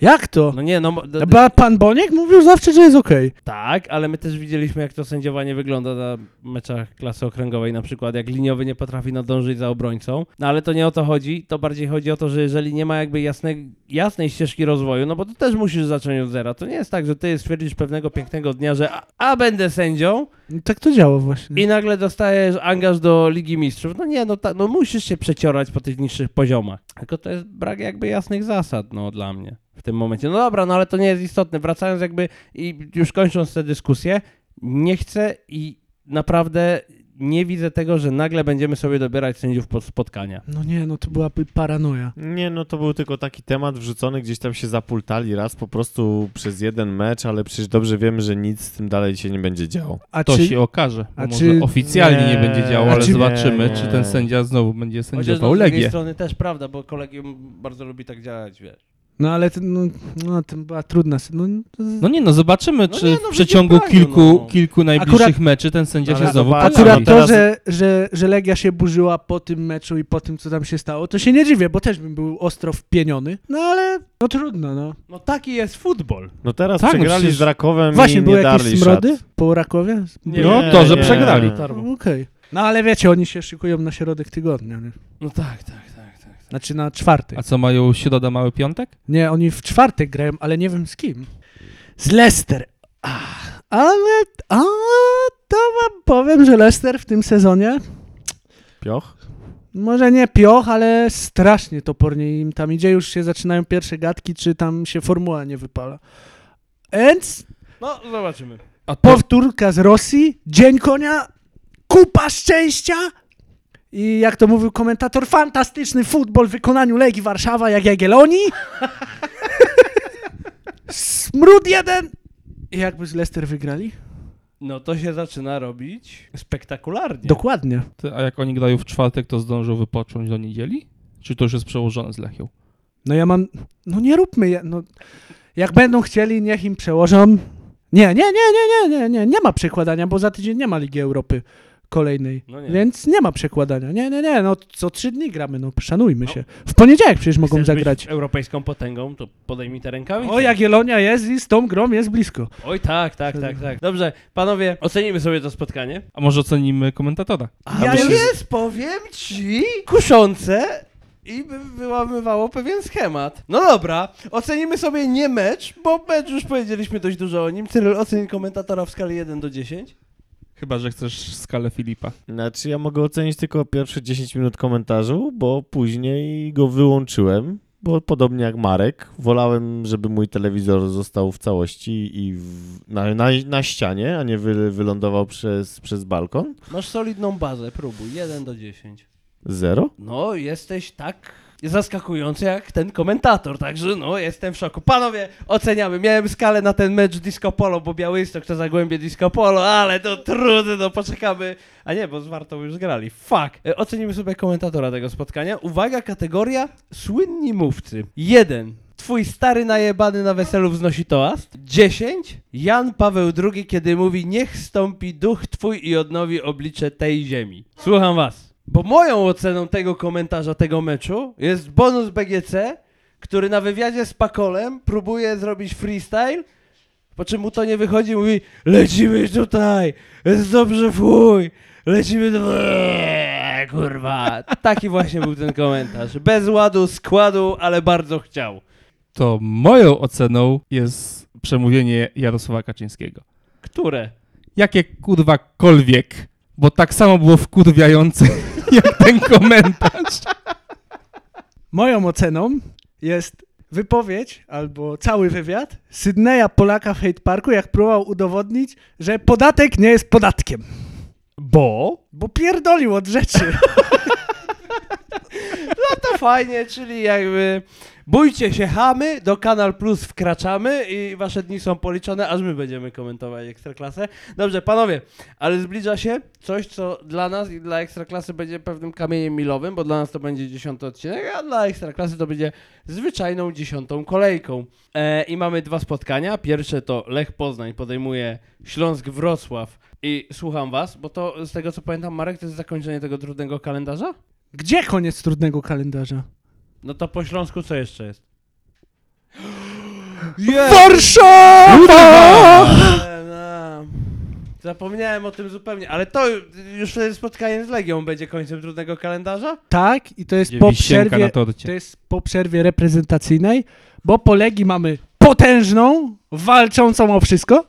Jak to?
No nie, no mo- d- d-
Ba, pan Boniek mówił zawsze, że jest ok.
Tak, ale my też widzieliśmy, jak to sędziowanie wygląda na meczach klasy okręgowej, na przykład jak liniowy nie potrafi nadążyć za obrońcą. No ale to nie o to chodzi, to bardziej chodzi o to, że jeżeli nie ma jakby jasne, jasnej ścieżki rozwoju, no bo to też musisz zacząć od zera. To nie jest tak, że ty stwierdzisz pewnego pięknego dnia, że a, a będę sędzią
No Tak to działa właśnie.
i nagle dostajesz angaż do Ligi Mistrzów. No nie, no, ta, no musisz się przeciorać po tych niższych poziomach. Tylko to jest brak jakby jasnych zasad, no dla mnie w tym momencie. No dobra, no ale to nie jest istotne. Wracając jakby i już kończąc tę dyskusję, nie chcę i naprawdę nie widzę tego, że nagle będziemy sobie dobierać sędziów pod spotkania.
No nie, no to byłaby paranoja.
Nie, no to był tylko taki temat wrzucony, gdzieś tam się zapultali raz po prostu przez jeden mecz, ale przecież dobrze wiemy, że nic z tym dalej się nie będzie działo.
A
To
czy...
się okaże. Bo
a
może
czy-
oficjalnie nie,
Nie,
będzie działo,
a
ale
czy-
zobaczymy,
nie,
czy
nie.
ten sędzia znowu będzie
Chociaż no,
sędziował
z drugiej
Legię.
strony też prawda, bo kolegium bardzo lubi tak działać, wiesz.
No ale to, no, no, to była trudna... sy- No,
No nie, no zobaczymy,
No
czy
nie, no
w
będzie
przeciągu
praniu,
kilku,
no.
kilku najbliższych
Akurat-
meczy ten sędzia
Ale
się znowu
zobacz-
pojawi.
Akurat to,
teraz-
że, że, że Legia się burzyła po tym meczu i po tym, co tam się stało, to się nie dziwię, bo też bym był ostro wpieniony. No ale no trudno, no.
No taki jest futbol.
No teraz
Tak, no
przegrali
przecież-
z Rakowem
Właśnie,
i
były
nie
jakieś
darli
smrody
szat.
po Rakowie?
Nie,
No, to, że przegrali.
No, Okej. No ale wiecie, oni się szykują na środek tygodnia, nie?
No tak, tak, tak, tak.
Znaczy na czwartek.
A co mają środa, mały piątek?
Nie, oni w czwartek grają, ale nie wiem z kim. z Leicester. Ach, ale a, to wam powiem, że Leicester w tym sezonie,
Pioch?
może nie pioch, ale strasznie topornie im tam idzie. Już się zaczynają pierwsze gadki, czy tam się formuła nie wypala. Więc
No, zobaczymy.
A po...
powtórka z Rosji, dzień konia, kupa szczęścia i jak to mówił komentator, fantastyczny futbol w wykonaniu Legii Warszawa jak Jagiellonii. Smród jeden. I jakby z Leicester wygrali?
No to się zaczyna robić spektakularnie.
Dokładnie.
Ty, A jak oni grają w czwartek, to zdążą wypocząć do niedzieli? Czy to już jest przełożone z Lechią?
No ja mam... No nie róbmy... je- No, jak będą chcieli, niech im przełożą. Nie, nie, nie, nie, nie, nie, nie. Nie ma przekładania, bo za tydzień nie ma Ligi Europy kolejnej.
No nie.
Więc nie ma przekładania. Nie, nie, nie. No co trzy dni gramy, no szanujmy się. W poniedziałek przecież mogą
Chcesz
zagrać.
Być europejską potęgą, to podejmij te rękawice.
O, Jagiellonia jest i z tą grą jest blisko.
Oj, tak, tak, tak, tak. Dobrze, panowie, ocenimy sobie to spotkanie.
A może ocenimy komentatora?
A ja
myślisz-
jest, powiem ci, kuszące i by wyłamywało pewien schemat. No dobra, ocenimy sobie nie mecz, bo mecz już powiedzieliśmy dość dużo o nim. Cyryl, oceń komentatora w skali 1 do 10.
Chyba, że chcesz skalę Filipa.
Znaczy ja mogę ocenić tylko pierwsze 10 minut komentarzu, bo później go wyłączyłem, bo podobnie jak Marek, wolałem, żeby mój telewizor został w całości i w, na, na, na ścianie, a nie wy, wylądował przez, przez balkon.
Masz solidną bazę, próbuj, 1 do 10.
Zero.
No, jesteś tak zaskakujący jak ten komentator, także no, jestem w szoku. Panowie, oceniamy. Miałem skalę na ten mecz Disco Polo, bo Białystok to zagłębie Disco Polo, ale to trudno, poczekamy. A nie, bo z Wartą już grali. Fuck. E, Ocenimy sobie komentatora tego spotkania. Uwaga, kategoria słynni mówcy. Jeden. Twój stary najebany na weselu wznosi toast. 10. Jan Paweł II, kiedy mówi niech stąpi duch twój i odnowi oblicze tej ziemi. Słucham was. Bo moją oceną tego komentarza, tego meczu jest bonus BGC, który na wywiadzie z Pakolem próbuje zrobić freestyle, po czym mu to nie wychodzi mówi lecimy tutaj, jest dobrze fuj, lecimy do... Eee, kurwa. Taki właśnie był ten komentarz. Bez ładu, składu, ale bardzo chciał.
To moją oceną jest przemówienie Jarosława Kaczyńskiego.
Które?
Jakie kurwakolwiek, bo tak samo było wkurwiające jak ten komentarz.
Moją oceną jest wypowiedź albo cały wywiad Sydneya Polaka w Hate Parku, jak próbował udowodnić, że podatek nie jest podatkiem.
Bo?
Bo pierdolił od rzeczy.
to fajnie, czyli jakby bójcie się chamy, do Kanal Plus wkraczamy i wasze dni są policzone, aż my będziemy komentować Ekstraklasę. Dobrze, panowie, ale zbliża się coś, co dla nas i dla Ekstraklasy będzie pewnym kamieniem milowym, bo dla nas to będzie dziesiąty odcinek, a dla Ekstraklasy to będzie zwyczajną dziesiątą kolejką. E, I mamy dwa spotkania. Pierwsze to Lech Poznań podejmuje Śląsk Wrocław i słucham was, bo to z tego co pamiętam Marek, to jest zakończenie tego trudnego kalendarza?
Gdzie koniec trudnego kalendarza?
No to po Śląsku co jeszcze jest?
Warszawa!
No, Zapomniałem o tym zupełnie, ale to już wtedy spotkanie z Legią będzie końcem trudnego kalendarza?
Tak, i to jest
Gdzie
po
wisienka
przerwie,
na torcie.
to jest po przerwie reprezentacyjnej, bo po Legii mamy potężną, walczącą o wszystko,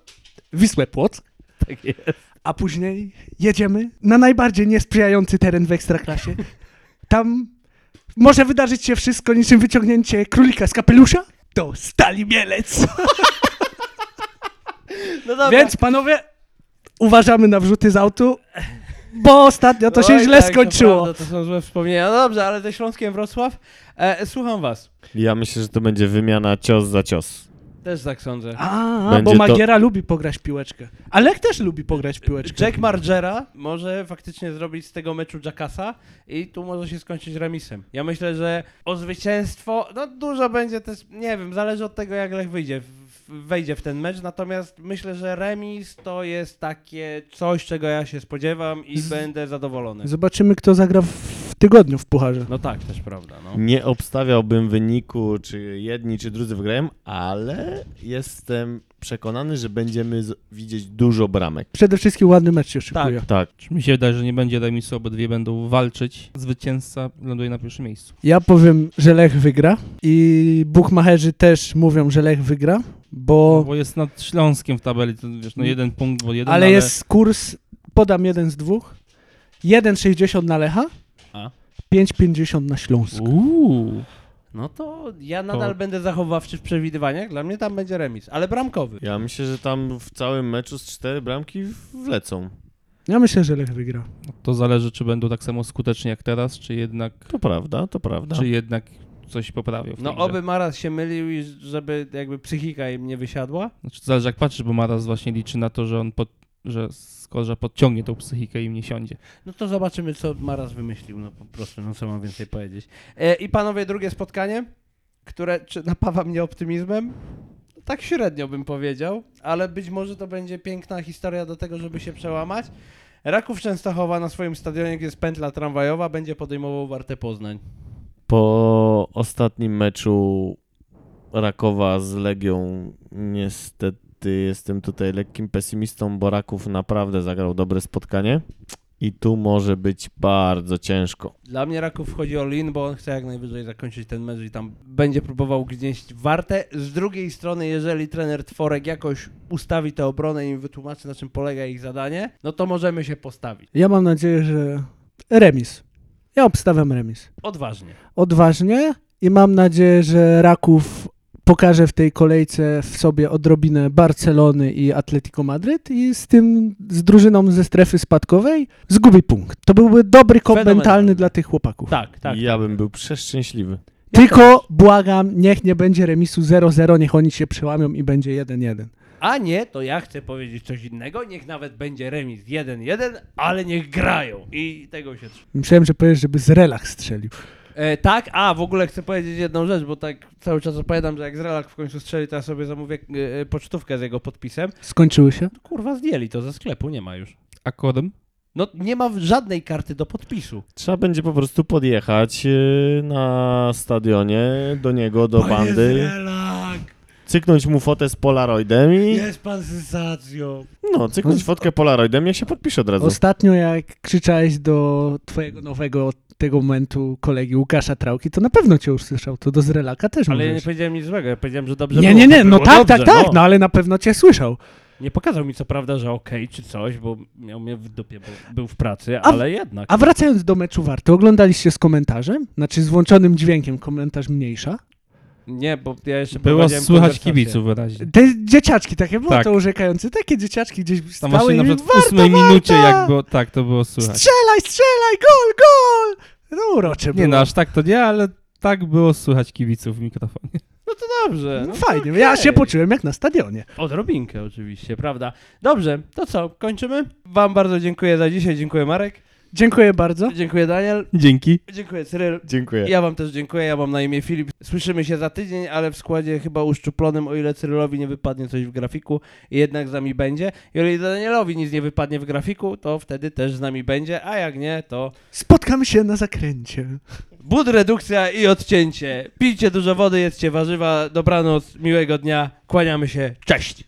Wisłę Płock,
Tak jest.
a później jedziemy na najbardziej niesprzyjający teren w Ekstraklasie. Tam może wydarzyć się wszystko, niczym wyciągnięcie królika z kapelusza do Stali Mielec.
No dobra.
Więc panowie, uważamy na wrzuty z autu, bo ostatnio to się
Oj,
źle
tak, To,
skończyło.
prawda, to są złe wspomnienia. No dobrze, ale ze Śląskiem Wrocław. E, słucham was.
Ja myślę, że to będzie wymiana cios za cios.
Też tak sądzę.
A,
Będzie
bo
to-
Magiera lubi pograć w piłeczkę. Alek też lubi pograć w piłeczkę.
Jack Margera może faktycznie zrobić z tego meczu Jackasa i tu może się skończyć remisem. Ja myślę, że o zwycięstwo, no dużo będzie też, nie wiem, zależy od tego jak Lech wyjdzie, w- wejdzie w ten mecz, natomiast myślę, że remis to jest takie coś, czego ja się spodziewam i
Z-
będę zadowolony.
Zobaczymy, kto zagra w- w tygodniu w pucharze.
No tak, też prawda, no.
Nie obstawiałbym wyniku, czy jedni, czy drudzy wygrają, ale jestem przekonany, że będziemy z- widzieć dużo bramek.
Przede wszystkim ładny mecz się szykuje.
Tak.
Czy Mi się wydaje, że nie będzie remisu, obydwie będą walczyć. Zwycięzca ląduje na pierwszym miejscu.
Ja powiem, że Lech wygra i bukmacherzy też mówią, że Lech wygra. bo...
No, Bo jest nad Śląskiem w tabeli, to wiesz, no jeden punkt, bo jeden,
Mm. ale, jest kurs, podam jeden z dwóch, 1,60 na Lecha,
A?
5,50 na Śląsk.
Uuu.
No to ja nadal
To-
będę zachowawczy w przewidywaniach, dla mnie tam będzie remis, ale bramkowy.
Ja myślę, że tam w całym meczu z cztery bramki wlecą.
Ja myślę, że Lech wygra.
To zależy, czy będą tak samo skuteczni jak teraz, czy jednak,
To prawda, to prawda.
czy jednak coś poprawią. W
No
tej grze.
oby Maras się mylił i żeby jakby psychika im nie wysiadła.
Znaczy, to zależy jak patrzy, bo Maras właśnie liczy na to, że on pod, że Skorza podciągnie tą psychikę i nie siądzie.
No to zobaczymy, co Maras wymyślił, no po prostu, no co mam więcej powiedzieć. E, I panowie, drugie spotkanie, które czy napawa mnie optymizmem? Tak średnio bym powiedział, ale być może to będzie piękna historia do tego, żeby się przełamać. Raków Częstochowa na swoim stadionie, gdzie jest pętla tramwajowa, będzie podejmował Wartę Poznań.
Po ostatnim meczu Rakowa z Legią niestety jestem tutaj lekkim pesymistą, bo Raków naprawdę zagrał dobre spotkanie i tu może być bardzo ciężko.
Dla mnie Raków wchodzi o Lin, bo on chce jak najwyżej zakończyć ten mecz i tam będzie próbował gnieść wartę. Z drugiej strony, jeżeli trener Tworek jakoś ustawi tę obronę i im wytłumaczy, na czym polega ich zadanie, no to możemy się postawić.
Ja mam nadzieję, że remis. Ja obstawiam remis.
Odważnie.
odważnie i mam nadzieję, że Raków pokaże w tej kolejce w sobie odrobinę Barcelony i Atletico Madryt i z tym, z drużyną ze strefy spadkowej zgubi punkt. To byłby dobry kop
Fenomenalne.
mentalny dla tych chłopaków.
Tak, tak.
ja bym był przeszczęśliwy.
Tylko błagam, niech nie będzie remisu 0-0, niech oni się przełamią i będzie 1-1.
A nie, to ja chcę powiedzieć coś innego. Niech nawet będzie remis 1-1, ale niech grają. I tego się trzymam.
Myślałem, że powiesz, żeby z relach strzelił.
E, tak, a w ogóle chcę powiedzieć jedną rzecz, bo tak cały czas opowiadam, że jak Zrelak w końcu strzeli, to ja sobie zamówię e, e, pocztówkę z jego podpisem.
Skończyły się?
Kurwa, zdjęli to ze sklepu, nie ma już.
A kodem?
No nie ma w- żadnej karty do podpisu.
Trzeba będzie po prostu podjechać yy, na stadionie do niego, do bandy, cyknąć mu fotę z Polaroidem i
Jest pan sensacją.
no, cyknąć fotkę Polaroidem, ja się podpiszę od razu.
Ostatnio jak krzyczałeś do twojego nowego od tego momentu kolegi Łukasza Trauki, to na pewno cię usłyszał, to do Zrelaka też
Ale ja nie
możesz.
powiedziałem nic złego, ja powiedziałem, że dobrze
Nie,
było.
nie, nie, no
Było
tak,
dobrze,
tak, tak,
No.
no ale na pewno cię słyszał.
Nie pokazał mi co prawda, że okej czy coś, bo miał mnie w dupie, bo był w pracy,
A w-
ale jednak.
A wracając do meczu Warty, oglądaliście z komentarzem? Znaczy z włączonym dźwiękiem, komentarz mniejsza.
Nie, bo ja jeszcze
Było
prowadziłem
słychać
konwersację.
kibiców wyraźnie.
Te dzieciaczki takie, było
Tak.
to urzekające, takie dzieciaczki gdzieś
Tam
stały
właśnie
i
na przykład w ósmej minucie, jak było, tak, to było słychać.
strzelaj, strzelaj, gol, gol! No urocze
Nie
było.
no, aż tak to nie, ale tak było słychać kibiców w mikrofonie.
Dobrze.
no
No,
fajnie, ja
okej.
się poczułem jak na stadionie.
Odrobinkę oczywiście, prawda? Dobrze, to co, kończymy? Wam bardzo dziękuję za dzisiaj, dziękuję Marek,
Dziękuję bardzo.
dziękuję Daniel,
Dzięki.
dziękuję Cyryl.
Dziękuję.
Ja wam też dziękuję, ja mam na imię Filip. Słyszymy się za tydzień, ale w składzie chyba uszczuplonym, o ile Cyrylowi nie wypadnie coś w grafiku, jednak z nami będzie. Jeżeli Danielowi nic nie wypadnie w grafiku, to wtedy też z nami będzie, a jak nie, to
Spotkamy się na zakręcie.
bud, redukcja i odcięcie. Pijcie dużo wody, jedzcie warzywa, dobranoc, miłego dnia, kłaniamy się, cześć!